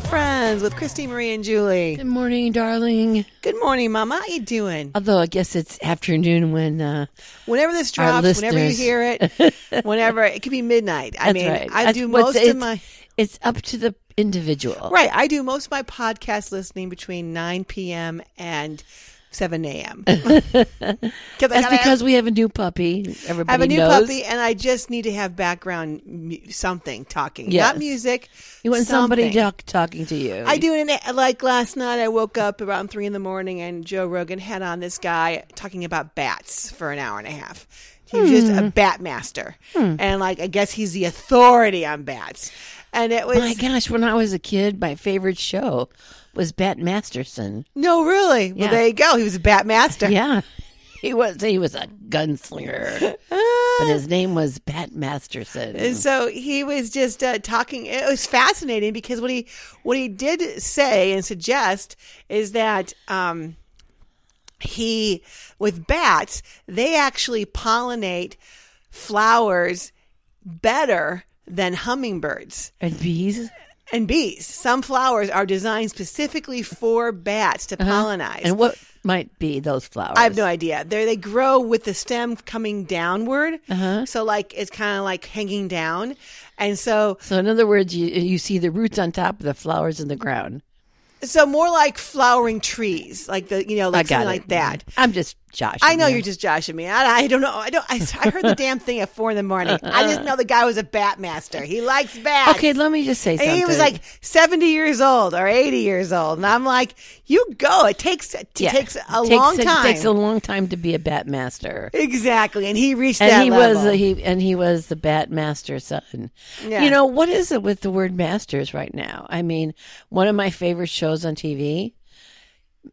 Mornings with Christy Marie and Julie. Good morning, darling. Good morning, Mama. How you doing? Although I guess it's afternoon when uh, Whenever this Our drops, whenever you listeners. hear it, whenever it could be midnight. that's I mean, right. I That's do what's- most it's, of my It's up to the individual. right. I do most of my podcast listening between nine p.m. and seven a.m. 'Cause I That's gotta because we have a new puppy. Everybody I have a new knows. puppy, and I just need to have background mu- something talking, Yes. not music. You want somebody something. talk, talking to you. I do it like last night. I woke up around three in the morning, and Joe Rogan had on this guy talking about bats for an hour and a half. He was just a bat master, and like I guess he's the authority on bats. And it was My gosh, when I was a kid, my favorite show was Bat Masterson. no, really. Well, Yeah. there you go. He was a bat master. Yeah. He was he was a gunslinger. but his name was Bat Masterson. And so he was just uh, talking. It was fascinating because what he what he did say and suggest is that um, he with bats they actually pollinate flowers better than hummingbirds and bees. and bees. Some flowers are designed specifically for bats to pollinate. Uh-huh. And what might be those flowers? I have no idea. They they grow with the stem coming downward, Uh-huh. so like it's kind of like hanging down, and so So in other words, you you see the roots on top of the flowers in the ground. So more like flowering trees, like the you know, I like got something it. Mm-hmm. like that. I'm just Josh. I know you're just joshing me. I, I don't know. I don't. I, I heard the damn thing at four in the morning. I just know the guy was a bat master. He likes bats. Okay, let me just say And something. he was like seventy years old or eighty years old, and I'm like, you go. It takes it Yeah. takes a Takes- long time. It takes a long time to be a bat master. exactly, and he reached that And he level. was he and he was the bat master son. Yeah. You know what is it with the word masters right now? I mean, one of my favorite shows on TV,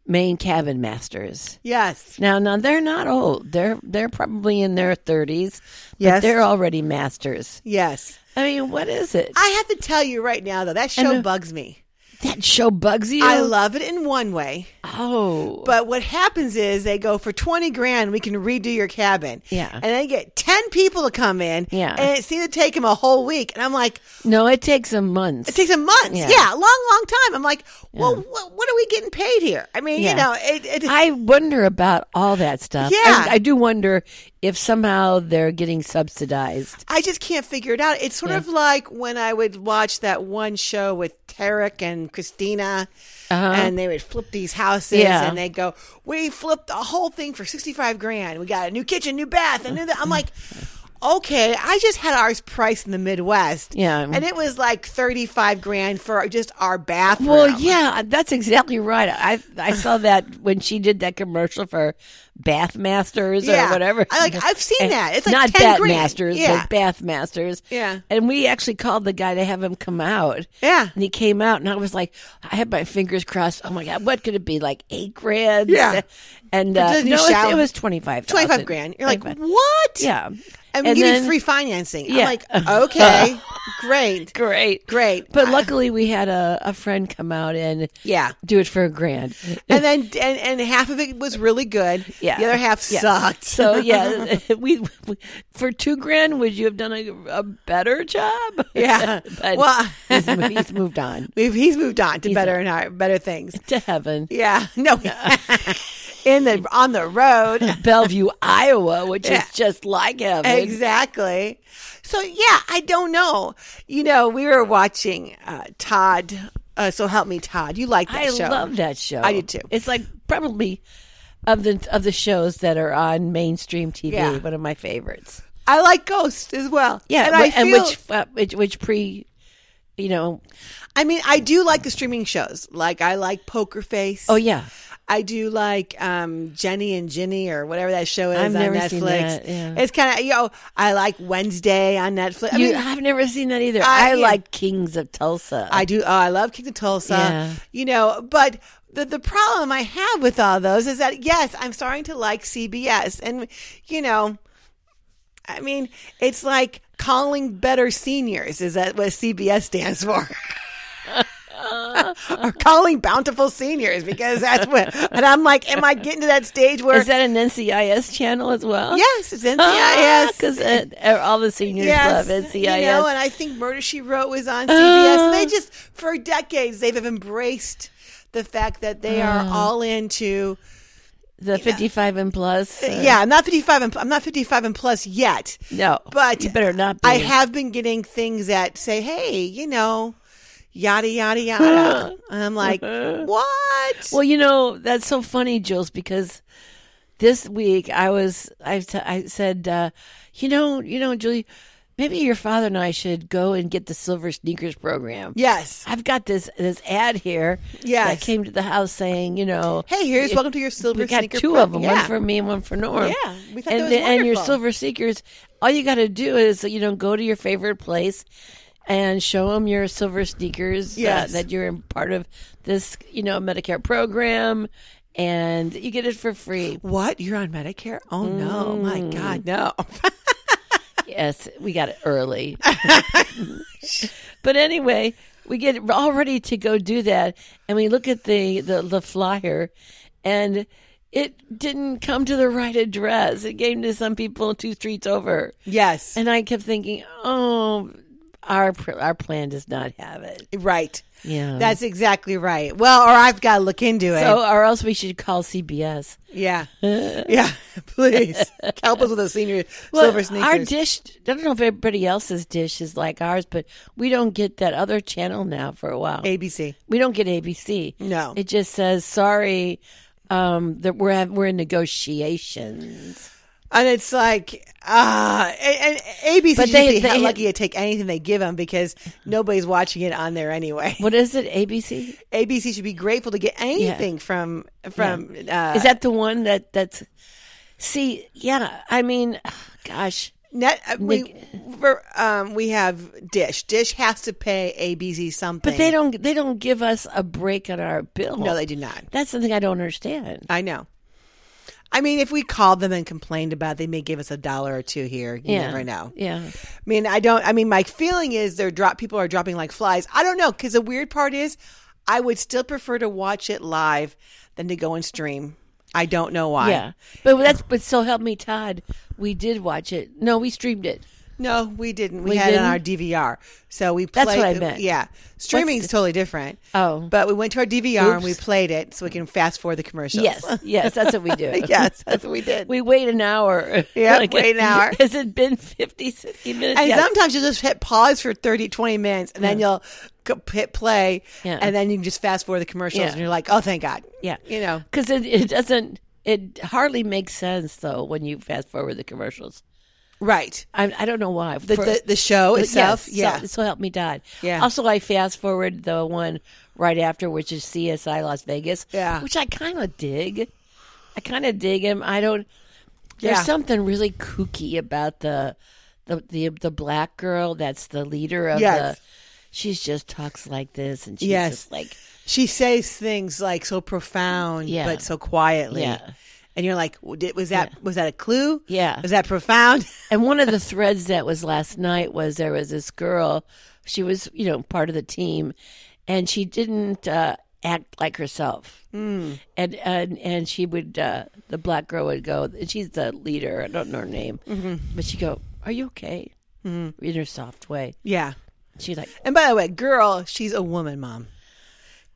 Maine Cabin Masters. yes, Now, now they're not old. They're they're probably in their thirties. Yes. but they're already masters. yes. I mean, what is it? I have to tell you right now, though, that show bugs me. that show bugs you. I love it in one way. Oh, But what happens is they go for twenty grand, we can redo your cabin. Yeah. and they get ten people to come in. Yeah. and it seemed to take them a whole week. And I'm like, no, it takes them months. it takes them months. Yeah, Yeah. a long, long time. I'm like, well, what, what are we getting paid here? I mean, Yeah. you know, it, it, I wonder about all that stuff. Yeah. I, I do wonder if somehow they're getting subsidized. I just can't figure it out. It's sort of like when I would watch that one show with Tarek and Christina, and they would flip these houses, Uh-huh. Yeah. and they would go, "We flipped the whole thing for sixty-five grand. We got a new kitchen, new bath, and new." Th-. I'm like. Okay, I just had ours priced in the Midwest. Yeah. And it was like 35 grand for just our bathroom. Well, yeah, that's exactly right. I I saw that when she did that commercial for Bath Masters Yeah. or whatever. I like- I've seen And that. It's like Eh, not 10 Bat grand. Masters, Yeah. but Bath Masters. Yeah. and we actually called the guy to have him come out. Yeah. and he came out, and I was like, I had my fingers crossed. Oh my god, what could it be? Like eight grand? Yeah. and uh, then you no, it, shout- it was twenty five. 25 grand. You're like, "What?" yeah, And, we give then- you free financing. Yeah. I'm like, "Okay, great." Great, Great. But I- luckily, we had a, a friend come out and Yeah. do it for a grand. And then and, and half of it was really good. Yeah. The other half Yeah. sucked. So yeah, we, we- for two grand, would you have done a, a better job? Yeah. but Well- he's, mo- he's moved on We've, he's moved on to better and higher, better things. to heaven, Yeah, no, in the on the road. Bellevue, Iowa, which Yeah. is just like heaven. Exactly. So yeah, I don't know. You know, we were watching uh, Todd. Uh, so help me, Todd. You like that I show? love that show. I do too. It's like probably of the of the shows that are on mainstream TV, Yeah. one of my favorites. I like Ghost as well. Yeah, and wh- I and feel- which, uh, which which pre, you know, I mean, I do like the streaming shows. Like I like Poker Face. oh yeah, I do like um, Jenny and Ginny or whatever that show is I've on never Netflix. seen that, yeah. It's kind of you know I like Wednesday on Netflix. I you, mean, I've never seen that either. I- I, like Kings of Tulsa. I do. Oh, I love King of Tulsa. Yeah. You know, but the the problem I have with all those is that yes, I'm starting to like CBS, and you know, I mean, it's like calling better seniors. Is that what CBS stands for? are calling bountiful seniors because that's what. And I'm like, am I getting to that stage where? Is that an NCIS channel as well? yes, it's NCIS. Because all the seniors Yes, love NCIS. you know, and I think Murder She Wrote was on CBS. Uh. they just for decades they've have embraced the fact that they are Oh. all into the 55 and plus. uh, yeah. I'm not 55. And, I'm not 55 and plus yet, No. but you better not be. I have been getting things that say, "Hey, you know." Yada yada yada. And I'm like, what? Uh-huh. Well, you know, that's so funny, Jules, because this week I was, I, t- I said, uh, you know, you know, Julie, maybe your father and I should go and get the Silver Sneakers program. yes. I've got this this ad here that Yes. came to the house saying, you know, Hey, here's we- welcome to your silver we got sneaker two pro- of them, Yeah. one for me and one for Norm. Yeah, we thought and that was the- and your wonderful. silver seekers, all you got to do is you know go to your favorite place and show them your silver sneakers uh, Yes. that you're part of this you know Medicare program, and you get it for free. What? You're on Medicare? Oh no! My God, no! Mm. Yes, we got it early. but anyway, we get all ready to go do that, and we look at the the, the flyer, and it didn't come to the right address. It came to some people two streets over, yes, and I kept thinking, oh, our pr- our plan does not have it. right. Yeah, That's exactly right. Well, or I've got to look into it. so, or else we should call CBS. yeah, yeah. Please help us with those senior silver sneakers. Our dish, I don't know if everybody else's dish is like ours, but we don't get that other channel now for a while. ABC. We don't get ABC. No. it just says sorry um, that we're at, we're in negotiations. And it's like, ah, and, and ABC. But should they- be they- lucky to take anything they give them because nobody's watching it on there anyway. What is it? ABC? ABC should be grateful to get anything from from. Uh, is that the one that that's? See, yeah, I mean, gosh, net? uh, We for, um, we have Dish. Dish has to pay ABC something, but they don't they don't give us a break on our bill. No, they do not. That's the thing I don't understand. I know. I mean, if we called them and complained about, it, they may give us a dollar or two here. You yeah, never know. Yeah, I mean, I don't. I mean, my feeling is they're drop. People are dropping like flies. I don't know because the weird part is, I would still prefer to watch it live than to go and stream. I don't know why. yeah. But that's but so help me, Todd. We did watch it. No, we streamed it. No, we didn't. We, We had didn't? it on our DVR. So we played. That's what I meant. Yeah, streaming's totally different. Oh. but we went to our DVR and we Oops. played it so we can fast forward the commercials. Yes, yes, that's what we do. yes, that's what we did. We wait an hour. Yeah, wait an hour. Has it been 50, 60 minutes? And Yes. sometimes you'll just hit pause for 30, 20 minutes and then you'll go hit play Yeah. and then you can just fast forward the commercials Yeah. and you're like, oh, thank God. yeah. You know, Because it, it doesn't, it hardly makes sense, though, when you fast forward the commercials. right. I, I don't know why. The, For- the, the show but itself. yes, yeah. So, so help me, God. Yeah. Also, I fast forward the one right after, which is CSI Las Vegas. Yeah. Which I kind of dig. I kind of dig him. I don't. There's Yeah. something really kooky about the the the, the black girl that's the leader of Yes. the. She's just talks like this, and she's Yes. just like, she says things like so profound, Yeah. but so quietly. Yeah. And you're like, w- did- was that was that a clue? Yeah. Was that profound? And one of the threads that was last night was there was this girl. She was, you know, part of the team, and she didn't uh, act like herself. Mm. And and and she would. Uh, the black girl would go. And she's the leader. I don't know her name, but she would go, "Are you okay?" Mm-hmm. In her soft way, yeah. she's like, And by the way, girl, she's a woman, mom.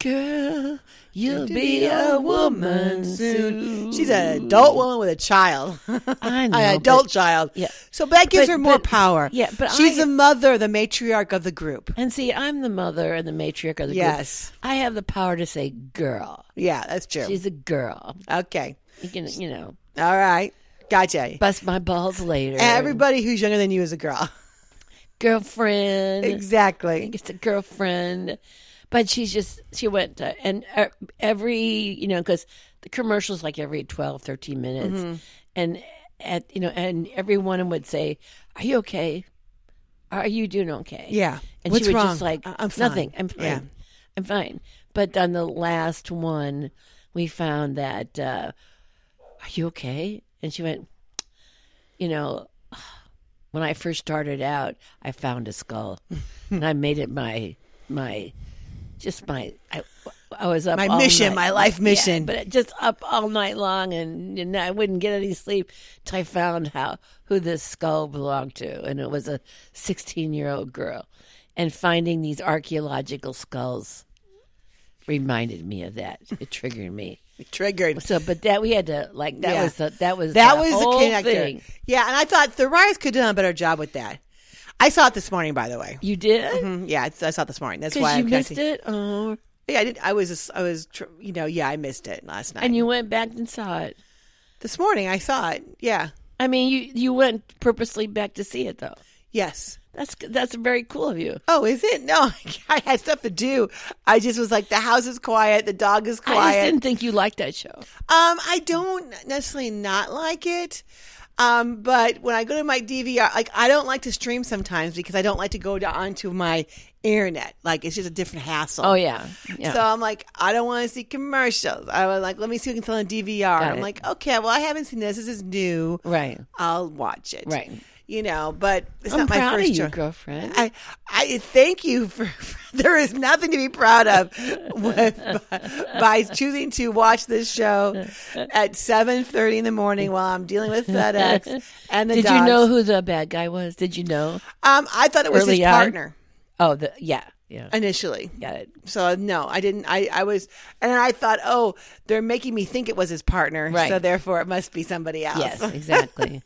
"Girl, you'll be a woman soon." She's an adult woman with a child. I know, an but- adult child. yeah. So that gives But- her more but- power. yeah, but she's I- the mother, the matriarch of the group. And see, I'm the mother and the matriarch of the group. Yes. I have the power to say, "Girl." Yeah, that's true. She's a girl. okay. You can, you know. All right. Gotcha. bust my balls later. Everybody who's younger than you is a girl. girlfriend. exactly. It's a girlfriend. But she's just, she went, to, and uh, every, you know, because the commercial's like every 12, 13 minutes. And at, you know, and every woman would say, Are you okay? Are you doing okay? Yeah. And What's she was wrong? just like, I- I'm fine. Nothing. I'm fine. Yeah. I'm fine. But on the last one, we found that, uh, Are you okay? And she went, You know, when I first started out, I found a skull and I made it my, my, just my I, I was up My all night- mission, my life mission. yeah, but just up all night long, and, and I wouldn't get any sleep till I found how who this skull belonged to, and it was a sixteen-year-old girl. And finding these archaeological skulls reminded me of that. It triggered me. Triggered. So, but that we had to like that Yeah. was the, that was That the was the whole connector. thing. Yeah, and I thought the writers could have done a better job with that. I saw it this morning, by the way. You did Mm, Yeah, I I saw it this morning. That's because why you I'm missed connecting. it. Oh, Yeah, I did. I was. just- I was. tr- You know. Yeah, I missed it last night. and you went back and saw it. this morning, I saw it. Yeah. I mean, you you went purposely back to see it though. Yes. That's that's very cool of you. Oh, is it? No, I had stuff to do. I just was like, the house is quiet, the dog is I just quiet. didn't think you liked that show. Um, I don't necessarily not like it. Um, but when I go to my DVR, like I don't like to stream sometimes because I don't like to go to, onto my internet. Like it's just a different hassle. Oh yeah, yeah. So I'm like, I don't want to see commercials. I was like, let me see what I can fill on DVR. I'm it. like, okay, well, I haven't seen this. This is new. right, I'll watch it. Right. You know, but it's I'm not my proud first of you, choice. girlfriend. I, I thank you for, There is nothing to be proud of with, by, choosing to watch this show at seven thirty in the morning while I'm dealing with FedEx and the Did dogs. you know who the bad guy was? Did you know? Um, I thought it was his Early on? partner Oh, the yeah, yeah. initially. Got it. So no, I didn't. I, I was, and I thought, oh, they're making me think it was his partner, Right. so therefore it must be somebody else. Yes, exactly.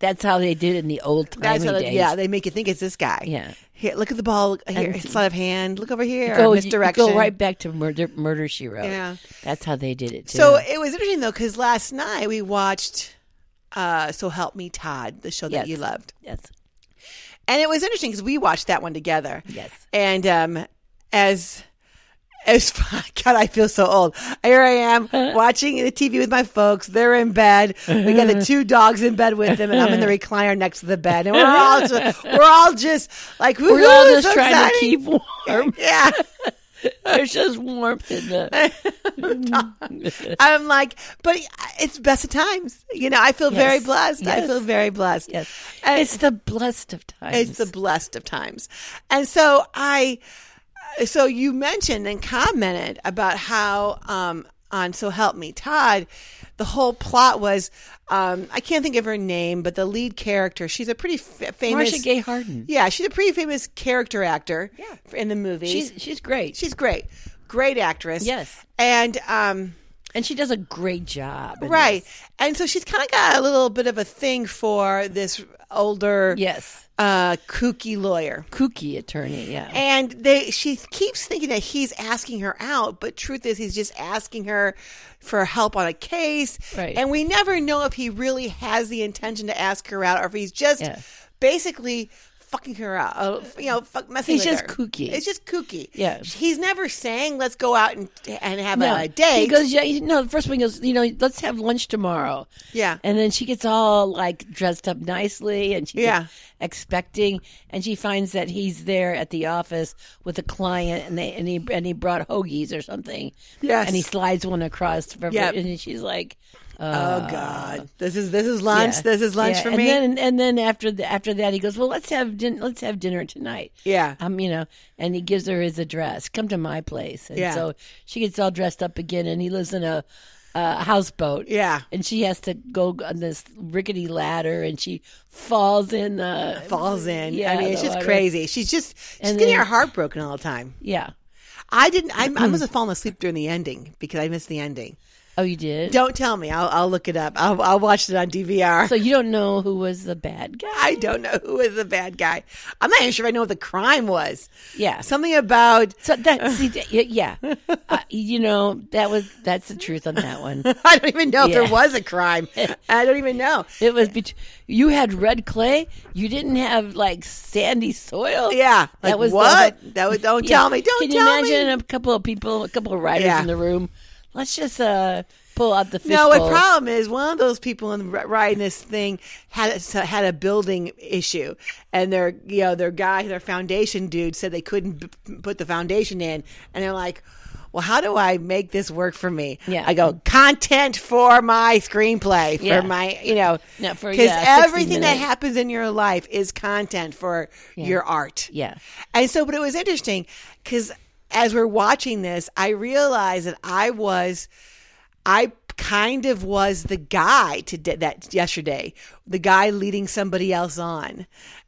That's how they did it in the old That's timey how they, days. yeah, they make you think it's this guy. Yeah. Here, look at the ball. Here, And- sleight of hand. Look over here. Go, you- you misdirection. go right back to murder. Murder she wrote. Yeah. that's how they did it. Too. So it was interesting though, because last night we watched uh, "So Help Me Todd," the show that Yes. you loved, yes, and it was interesting because we watched that one together. Yes. and um, as as God, I feel so old. Here I am watching the TV with my folks. They're in bed. We got the two dogs in bed with them, and I'm in the recliner next to the bed, and we're all just, we're all just like we're all just trying to keep warm. Yeah. There's just warmth in the. I'm like, but it's best of times. You know, I feel very Yes. blessed. I Yes. feel very blessed. Yes, And it's the blessed of times. it's the blessed of times. And so I, so you mentioned and commented about how, um, on So Help Me Todd, the whole plot was, um, I can't think of her name, but the lead character, she's a pretty f- famous. Marcia Gay Harden. Yeah, she's a pretty famous character actor Yeah. in the movie. She's she's great. she's great. Great actress. Yes. And, um, And she does a great job. in Right. this. And so she's kind of got a little bit of a thing for this older, Yes. uh, kooky lawyer. Kooky attorney. Yeah. And uh, they, she keeps thinking that he's asking her out, but truth is, he's just asking her for help on a case. Right. And we never know if he really has the intention to ask her out, or if he's just Yeah. basically fucking her up. Uh, you know, fuck messing. He's with just her. kooky. It's just kooky. Yeah. He's never saying, "Let's go out and and have no, a date." He goes, yeah. You know, the first one goes, you know, let's have lunch tomorrow. Yeah. And then she gets all like dressed up nicely, and she's Yeah. expecting, and she finds that he's there at the office with a client, and they and he and he brought hoagies or something. Yes. And he slides one across from Yep. her, and she's like, Oh God! This is this is lunch. "Ah." Yeah. This is lunch Yeah. for and me. Then, and then after the, after that, he goes, "Well, let's have din- let's have dinner tonight." Yeah. um, you know, and he gives her his address. Come to my place, and Yeah. so she gets all dressed up again, and he lives in a. Uh, houseboat, Yeah. and she has to go on this rickety ladder, and she falls in the Falls in. Yeah, I mean, it's the just water. crazy. She's just she's And getting then- her heart broken all the time. Yeah. I didn't. I, I Mm. must have fallen asleep during the ending because I missed the ending. Oh, you did. Don't tell me. I'll, I'll look it up. I'll, I'll watch it on DVR. so you don't know who was the bad guy? I don't know who was the bad guy. I'm not even sure I know what the crime was. Yeah. Something about So that see, that- yeah, uh, you know that was that's the truth on that one. I don't even know if there Yeah. was a crime. I don't even know. It was bet- you had red clay. You didn't have like sandy soil. Yeah, like was the- what? that was, don't Yeah. tell me. Don't Can tell you me. imagine a couple of people, a couple of writers Yeah. in the room? Let's just uh, pull out the No, the fishbowl. problem is one of those people in ri- riding this thing had had a building issue, and their you know their guy, their foundation dude said they couldn't b- p- put the foundation in, and they're like. Well, how do I make this work for me? Yeah. I go content for my screenplay for Yeah. my, you know, No, for- because yeah, 60 everything that minutes. happens in your life is content for your art. Yeah. And so, but it was interesting because as we're watching this, I realized that I was, I kind of was the guy to that yesterday, the guy leading somebody else on.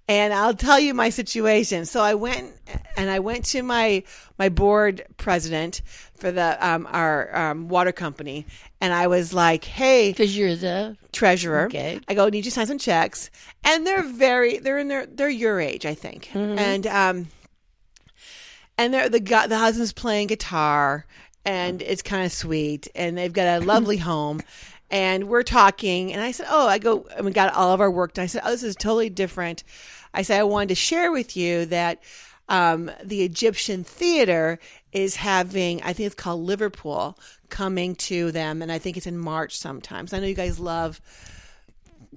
And I'll tell you my situation. So I went and I went to my my board president for the um, our um, water company, and I was like, "Hey, because you're the treasurer. Okay. I go, need you to sign some checks. And they're very, they're in their, they're your age, I think. And, um, and they're the guy, the husband's playing guitar and it's kind of sweet and they've got a lovely home and we're talking and I said, Oh, I go, and we got all of our work done. I said, Oh, this is totally different. I said, I wanted to share with you that, um, the Egyptian theater is having, I think it's called Liverpool, coming to them, and I think it's in March sometimes. I know you guys love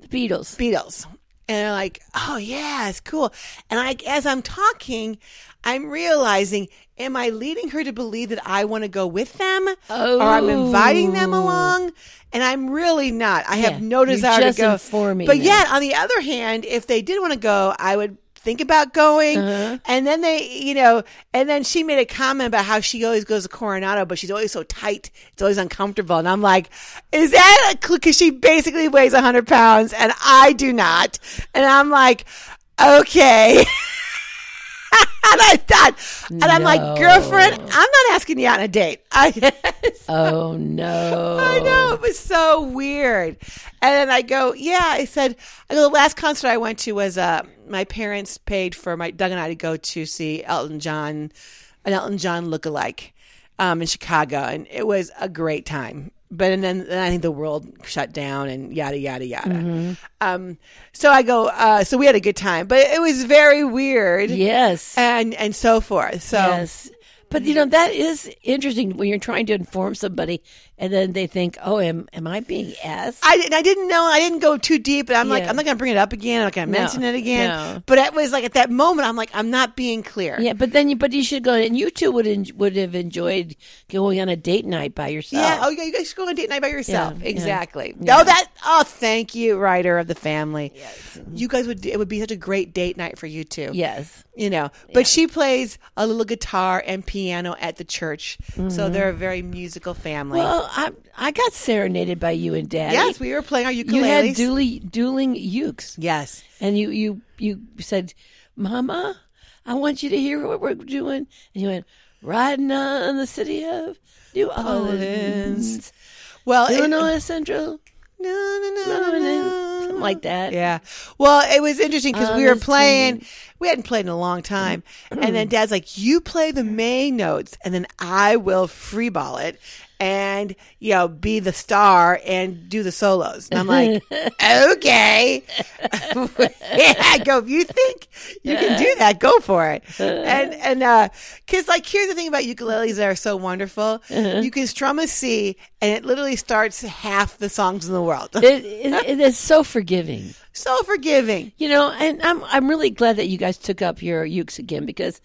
Beatles. Beatles. And they're like, oh, yeah, it's cool. And I, as I'm talking, I'm realizing, am I leading her to believe that I want to go with them? Oh. Or I'm inviting them along? And I'm really not. I Yeah, have no you're desire just to go. informing but them. yet, on the other hand, if they did want to go, I would think about going. And then they, you know, and then she made a comment about how she always goes to Coronado, but she's always so tight. It's always uncomfortable. And I'm like, is that a Because she basically weighs 100 pounds and I do not. And I'm like, okay. And I thought, and I'm No. like, girlfriend, I'm not asking you out on a date. I, Oh no! I know it was so weird. And then I go, yeah. I said, I go. The last concert I went to was uh, my parents paid for my Doug and I to go to see Elton John, an Elton John lookalike, um, in Chicago, and it was a great time. But and then, then I think the world shut down and yada yada yada. Um, so I go. Uh, so we had a good time, but it was very weird Yes, and and so forth. So yes. But you know that is interesting when you're trying to inform somebody, and then they think, "Oh, am am I being asked?" I didn't. I didn't know. I didn't go too deep, and I'm like, Yeah. I'm not going to bring it up again. I'm not going to mention it again. no. But it was like at that moment, I'm like, I'm not being clear. yeah, but then you but you should go, and you two would en- would have enjoyed going on a date night by yourself. Yeah. Oh, yeah. You guys should go on a date night by yourself. Yeah, yeah. exactly. No, that. Oh, thank you, writer of the family. Yes. You guys would. It would be such a great date night for you two. Yes. You know. But she plays a little guitar and piano at the church, so they're a very musical family. Mm-hmm. Well, I I got serenaded by you and Daddy. yes, we were playing our ukuleles. you had duly, dueling ukes, yes. and you you you said, "Mama, I want you to hear what we're doing," and you went riding on the city of New Orleans. Well, it- Illinois Central, No, no, no, no, no. something like that. Yeah. Well, it was interesting because we were Honestly. playing. We hadn't played in a long time, and then Dad's like, "You play the main notes, and then I will freeball it, and you know, be the star and do the solos." And I'm like, "Okay, yeah, I go. If you think you can do that, go for it." And and uh, because like here's the thing about ukuleles that are so wonderful. You can strum a C, and it literally starts half the songs in the world. It, it, it is so forgiving, so forgiving. you know. And I'm I'm really glad that you guys took up your ukes again because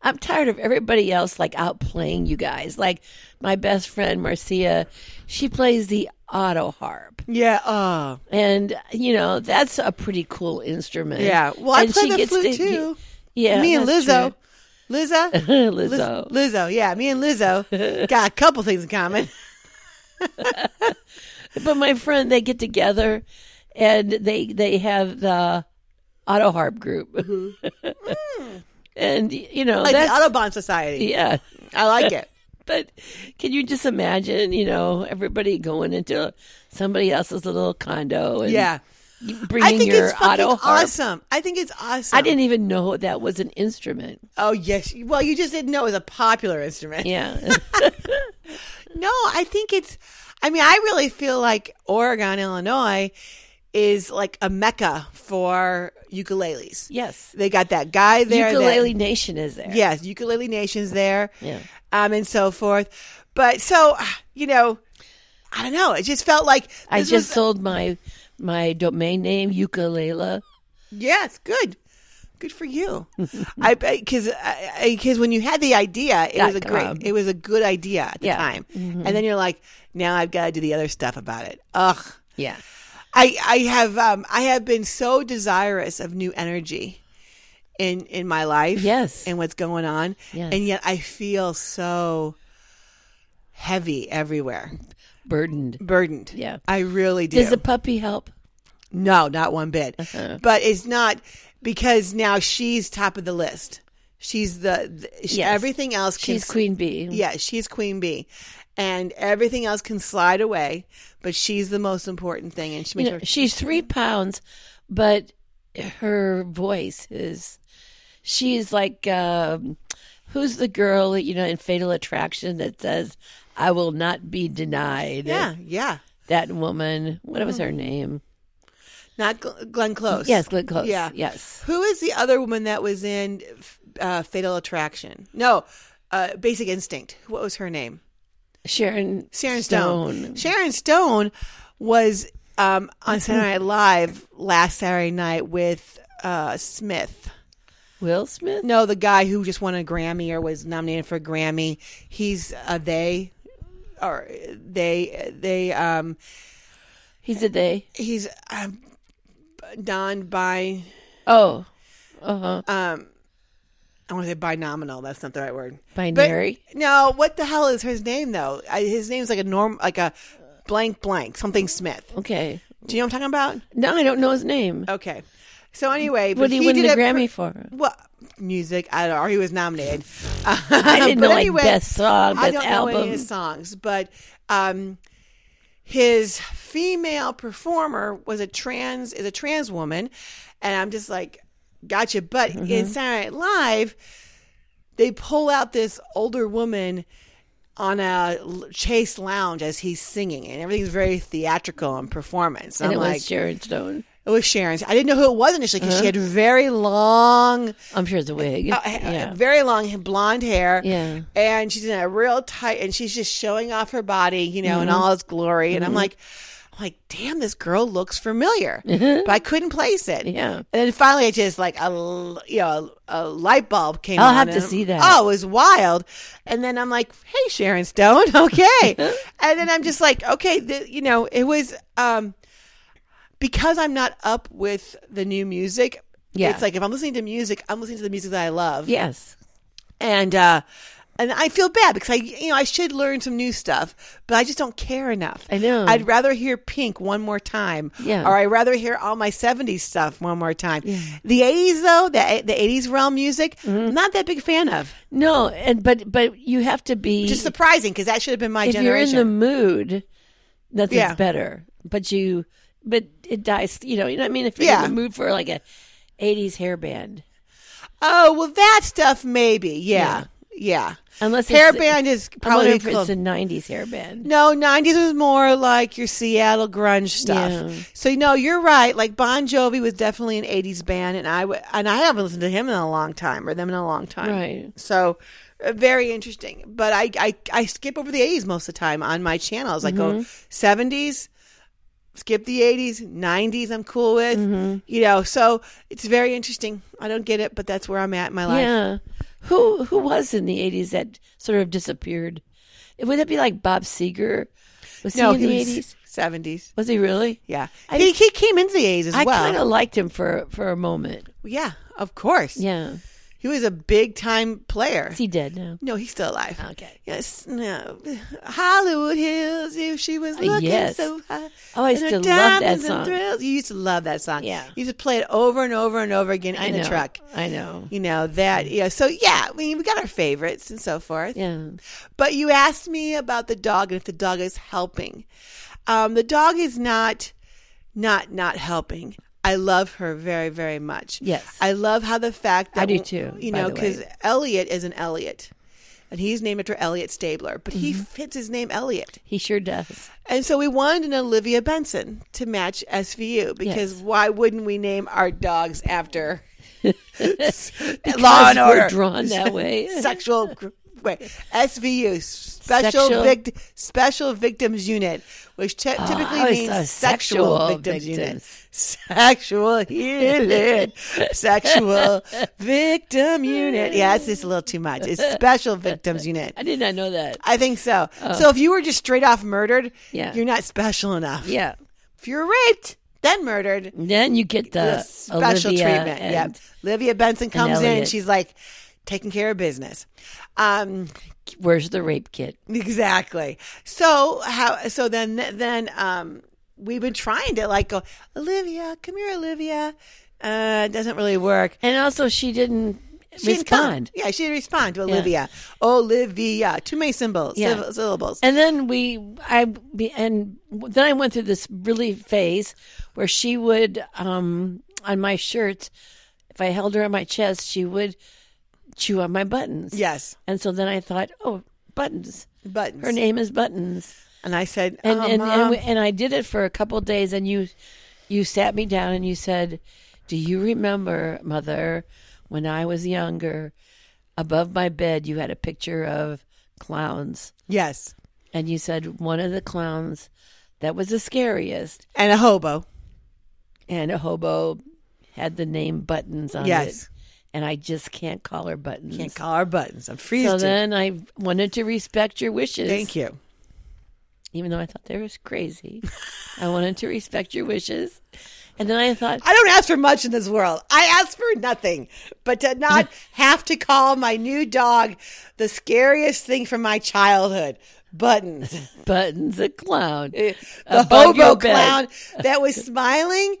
I'm tired of everybody else like outplaying you guys. Like my best friend Marcia, she plays the auto harp, Yeah. Oh. and you know that's a pretty cool instrument. Yeah. Well, I And play she the gets flute to- too. Yeah, me and that's Lizzo. true. Lizzo. Liz- Lizzo. Lizzo. Yeah. Me and Lizzo got a couple things in common. But my friend, they get together, and they they have the auto harp group, and you know Mm-hmm. Like uh, that's the Autobahn Society. yeah. I like it. But can you just imagine? You know, everybody going into somebody else's little condo and Yeah. I bringing think your it's fucking auto harp. awesome. I think it's awesome. I didn't even know that was an instrument. Oh yes. Well, you just didn't know it was a popular instrument. Yeah, No, I think it's. I mean, I really feel like Oregon, Illinois, is like a mecca for ukuleles. yes. They got that guy there. that- Ukulele Nation is there. yes, ukulele nations there. Yeah. um, and so forth. But so you know, I don't know. It just felt like this I was- just sold my my domain name ukulele. yes, good, good for you. I because because uh, when you had the idea, it Dot was a com. great, it was a good idea at the Yeah. Mm-hmm. time, and then you're like, now I've got to do the other stuff about it. Ugh, Yeah. I I have um I have been so desirous of new energy. in in my life Yes. and what's going on Yes. and yet i feel so heavy everywhere burdened. burdened Yeah. i really do Does the puppy help? no not one bit Uh-huh. but it's not because now she's top of the list she's the, the she- Yes. everything else can She's queen bee. yeah, she's queen bee, and everything else can slide away, but she's the most important thing, and she You makes know, her. she's three pounds, but her voice is. She's like, um, who's the girl you know in Fatal Attraction that says, "I will not be denied." Yeah, yeah. that woman. What was her name? Not Gl- Glenn Close. Yes, Glenn Close. Yeah. Yes. Who is the other woman that was in uh, Fatal Attraction? No, uh, Basic Instinct. What was her name? Sharon. Sharon Stone. Sharon Stone was um, on Saturday Night Live last Saturday night with uh, Smith. Will Smith. No, the guy who just won a Grammy or was nominated for a Grammy. He's uh, they or they they um He's a they. he's um, don by um, Oh. Uh huh. I want to say binominal. That's not the right word. Binary. No, what the hell is his name though? I, his name's like a norm like a blank blank something Smith. okay. Do you know what I'm talking No, I don't know his name. about? Okay. So anyway, what but did he, win did the a pr- Grammy for? Well, music. I don't know. Or he was nominated. I didn't But know like anyway, best song, I best don't album. know any of his songs, but um, his female performer was a trans is a trans woman, and I'm just like, gotcha. But Mm-hmm. in Saturday Night Live, they pull out this older woman on a l- chase lounge as he's singing, and everything's very theatrical and performance. and I'm it like, was Sharon Stone. it was Sharon's. I didn't know who it was initially Uh-huh. because she had very long. I'm sure it's a wig. Uh, ha- Oh, yeah. very long ha- blonde hair. Yeah. And she's in a real tight and she's just showing off her body, you know, in Mm-hmm. all its glory. And I'm like, I'm like, damn, this girl looks familiar. But I couldn't place it. Yeah. And then finally it just like a l- you know, a, a light bulb came I'll on have and to I'm- see that. Oh, it was wild. And then I'm like, hey Sharon Stone, okay. and then I'm just like, okay, th- you know, it was um because I'm not up with the new music, Yeah. it's like if I'm listening to music, I'm listening to the music that I love. Yes. And uh and I feel bad because I you know, I should learn some new stuff, but I just don't care enough. I know. I'd rather hear Pink one more time. Yeah. Or I'd rather hear all my 70s stuff one more time. The 80s though, the the 80s realm music, Mm-hmm. I'm not that big fan of. No, and but but you have to be Just surprising because that should have been my if you're in generation. the mood, nothing's Yeah. better. But you but it dies you know, you know what I mean? If you're Yeah. in the mood for like a eighties hairband. oh, well that stuff maybe. Yeah. Yeah. Unless it's- Hairband is I wonder probably if close. it's a nineties hairband. No, nineties was more like your Seattle grunge stuff. Yeah. So you know, you're right. Like Bon Jovi was definitely an eighties band, and I w- and I haven't listened to him in a long time or them in a long time. Right. So uh, very interesting. But I I, I skip over the eighties most of the time on my channels. I go Mm-hmm. seventies. Skip the 80s, 90s, I'm cool with. Mm-hmm. You know, so it's very interesting. I don't get it, but that's where I'm at in my life. Yeah. Who who was in the eighties that sort of disappeared? Would that be like Bob Seger? Was No, he in the he was eighties? 70s. Was he really? Yeah. I- he, he came into the 80s as I well. kind of liked him for for a moment. Yeah, of course. Yeah, He was a big time player. is he dead now? no, he's still alive. Okay. Yes, no. Hollywood Hills, if she was looking Uh, yes. so high. Oh, I and her still love that diamonds and song. Thrills. You used to love that song. Yeah. You used to play it over and over and over again in know. the truck. I know. You know, that, yeah. So, yeah, I mean, we got our favorites and so forth. Yeah. But you asked me about the dog and if the dog is helping. Um, the dog is not, not, not helping. I love her very, very much. Yes. I love how the fact that I do too, You by know, the because way. Elliot is an Elliot, and he's named after Elliot Stabler, but he Mm-hmm. fits his name Elliot. He sure does. And so we wanted an Olivia Benson to match SVU because why wouldn't we name our dogs after Law Because and we're Order? drawn that way. sexual gr- wait SVU special Sexual- vict- special victims unit, which ty- typically I was so means sexual, sexual victims, unit, victims. sexual healing, sexual victim unit. Yeah, it's just a little too much. It's special victims unit. I did not know that. I think so. So if you were just straight off murdered, Oh. Yeah. you're not special enough. Yeah. If you're raped, then murdered. Then you get the, The special Uh, Olivia treatment. and- yep. Olivia Benson comes in and Elliot. she's like taking care of business. Um, Where's the rape kit? Exactly. So how? So then, then um, we've been trying to like go, Olivia, come here, Olivia. Uh, it doesn't really work. And also, she didn't She didn't come. respond. yeah, she didn't respond to Olivia. Olivia, too many symbols, Yeah. syll- syllables. And then we, I, be- and then I went through this really phase where she would, um, on my shirt, if I held her on my chest, she would chew on my buttons. yes, And so then I thought, oh, buttons. buttons. Her name is Buttons. and I said, And oh, and and, Mom. we, and I did it for a couple of days. And you, you sat me down and you said, "Do you remember, Mother, when I was younger, above my bed you had a picture of clowns?" yes, And you said one of the clowns that was the scariest and a hobo. and a hobo had the name Buttons on Yes. it. And I just can't call her Buttons. Can't call her buttons. I'm freezing. so then I wanted to respect your wishes. Thank you. Even though I thought they was crazy. I wanted to respect your wishes. And then I thought, I don't ask for much in this world. I ask for nothing, but to not have to call my new dog the scariest thing from my childhood buttons. Buttons a clown. The Above hobo your bed. clown that was smiling.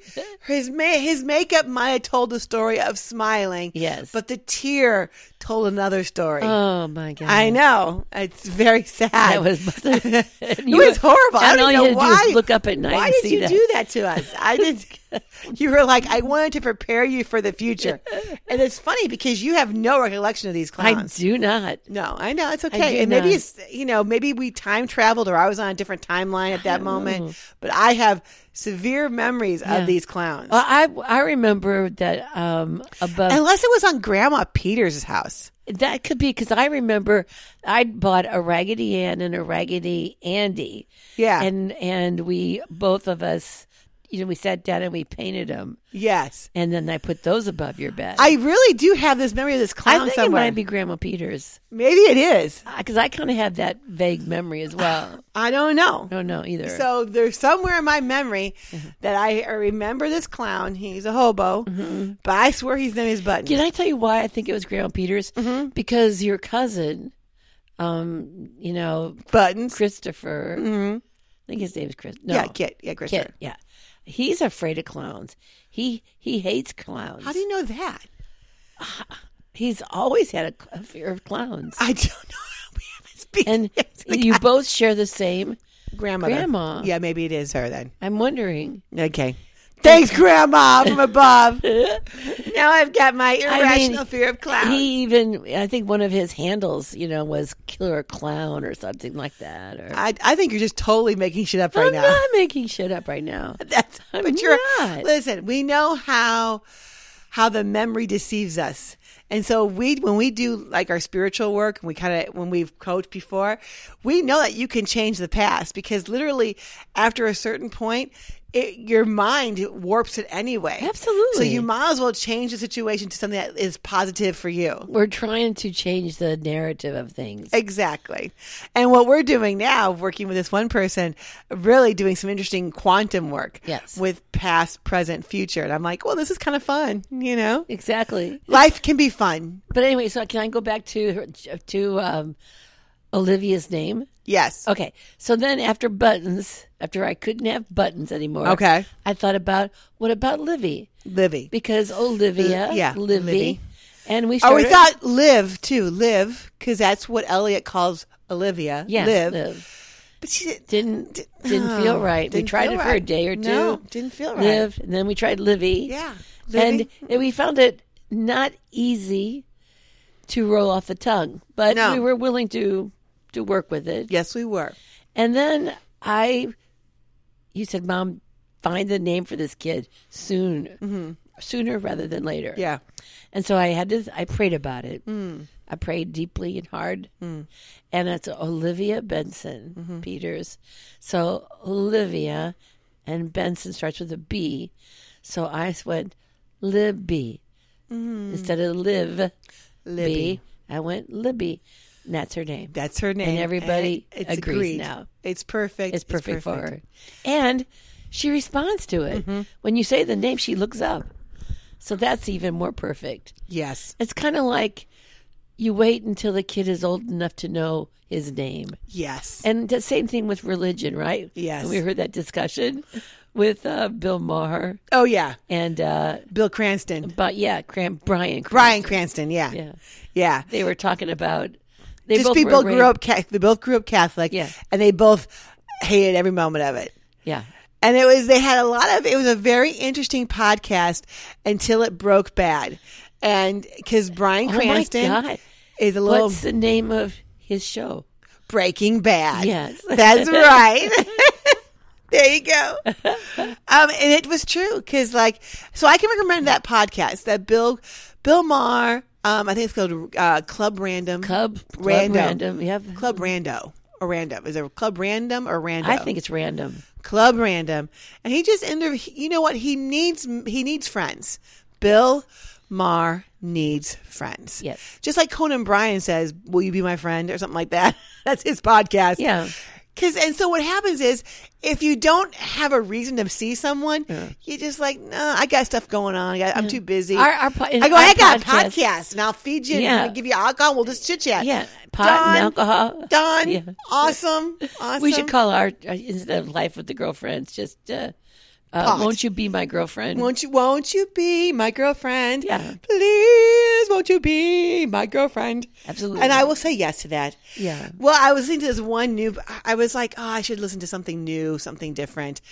His ma- his makeup might have told the story of smiling. Yes. but the tear told another story. Oh my god. I know it's very sad. That was it It was horrible. I And don't all you had even know to do why- was look up at night Why and did see you that. do that to us? I did. You were like, I wanted to prepare you for the future, and it's funny because you have no recollection of these I clowns. do not. no, I know it's do okay, and maybe not. it's you know maybe we time traveled or I was on a different timeline at that moment, but I have severe memories of these clowns. Well, I I remember that um above Unless it was on Grandma Peters' house. that could be because I remember I bought a Raggedy Ann and a Raggedy Andy. Yeah. and and we both of us, you know, we sat down and we painted them, Yes. and then I put those above your bed. I really do have this memory of this I clown think somewhere. it might be Grandma Peters Maybe it is. because I kind of have that vague memory as well. I don't know. I don't know either. So there's somewhere in my memory that I I remember this clown. He's a hobo, Mm-hmm. but I swear his name is Button. Can I tell you why I think it was Grandma Peters? Mm-hmm. Because your cousin, um, you know, Buttons. Christopher. I think his name is Chris. No, Mm-hmm. Yeah, Kit. Yeah, Christopher. Kit, Yeah, he's afraid of clowns. He he hates clowns. How do you know that? he's always had a, a fear of clowns. I don't know. we haven't speaking. And you both share the same. grandmother. Grandma. Yeah, maybe it is her then. I'm wondering. Okay. Thanks, Grandma from above. now I've got my irrational fear of clowns. He even, I think one of his handles, you know, was killer clown or something like that. Or I, I think you're just totally making shit up right I'm now. not making shit up right now. That's I'm but you're not. listen. We know how how the memory deceives us, and so we when we do like our spiritual work and we kind of when we've coached before, we know that you can change the past because literally after a certain point. It, your mind warps it anyway. So Absolutely. you might as well change the situation to something that is positive for you. We're trying to change the narrative of things. Exactly. And what we're doing now, working with this one person, really doing some interesting quantum work. Yes. With past, present, future. And I'm like, well, this is kind of fun, you know? Exactly. Life can be fun. But anyway, so can I go back to her- to um, Olivia's name? Yes. Okay. So then after buttons, after I couldn't have buttons anymore. Okay. I thought about what about Livy? Livy. Because Olivia, L- Uh, yeah, Livy, Livy. and we Oh, started. we thought live too. Live, because that's what Elliot calls Olivia. yeah, Live. Liv. But she did, didn't didn't feel right. we Oh, didn't tried it feel for a right. day or two. No, didn't feel right. Liv, and then we tried Livy. Yeah. and, Livy. and we found it not easy to roll off the tongue, but No. we were willing to to work with it. yes, we were. And then I, you said, "Mom, find the name for this kid soon, sooner rather than later." Mm-hmm. Yeah. Mm. And so I had to. I prayed about it. I prayed deeply and hard, and it's Olivia Benson Mm-hmm. Peters. So Olivia and Benson starts with a B. So I went Libby instead of live. Mm-hmm. Libby. B, I went Libby, and that's her name. That's her name. everybody it's agrees now. It's perfect. Mm-hmm. It's perfect, for her. And she responds to it. When you say the name, she looks up. So that's even more perfect. Yes. It's kind of like you wait until the kid is old enough to know his name. Yes. And the same thing with religion, right? Yes. We heard that discussion with uh, Bill Maher oh yeah, and, uh, Bill Cranston, but yeah, Cram- Brian. Cram- Brian Cranston. Yeah. Yeah. Yeah. They were talking about. They Just both people were grew ra- up. Ca- they both grew up Catholic. Yeah. And they both hated every moment of it. Yeah. And it was, they had a lot of, it was a very interesting podcast until it broke bad. And because Brian Oh my Cranston God. is a little What's the name of his show? breaking bad. Yes. That's right. there you go. Um, and it was true because, like, so I can recommend that podcast that Bill, Bill Maher, um, I think it's called uh, Club Random. Cub Club Random. Random. Yep. Club Rando or Random. Is it Club Random or Rando? I think it's random. Club Random. And he just ended, you know what? He needs, he needs friends. Bill Maher needs friends. Yes. Just like Conan Bryan says, Will you be my friend or something like that? That's his podcast. Yeah. Cause, and so what happens is if you don't have a reason to see someone, you're just like, no, I got stuff going on. I got, I'm too busy. Our- our po- I go, our I got podcast- a podcast and I'll feed you Yeah. and I'll give you alcohol. We'll just chit chat. Yeah. Pot and Done. alcohol. Done. Yeah. Awesome. Awesome. We should call our uh, instead of life with the girlfriends, just uh, uh, Pot. won't you be my girlfriend? Won't you? Won't you be my girlfriend? Yeah. Please, won't you be my girlfriend? Absolutely. And I will say yes to that. Yeah. Well, I was listening to this one new. I was like, oh, I should listen to something new, something different.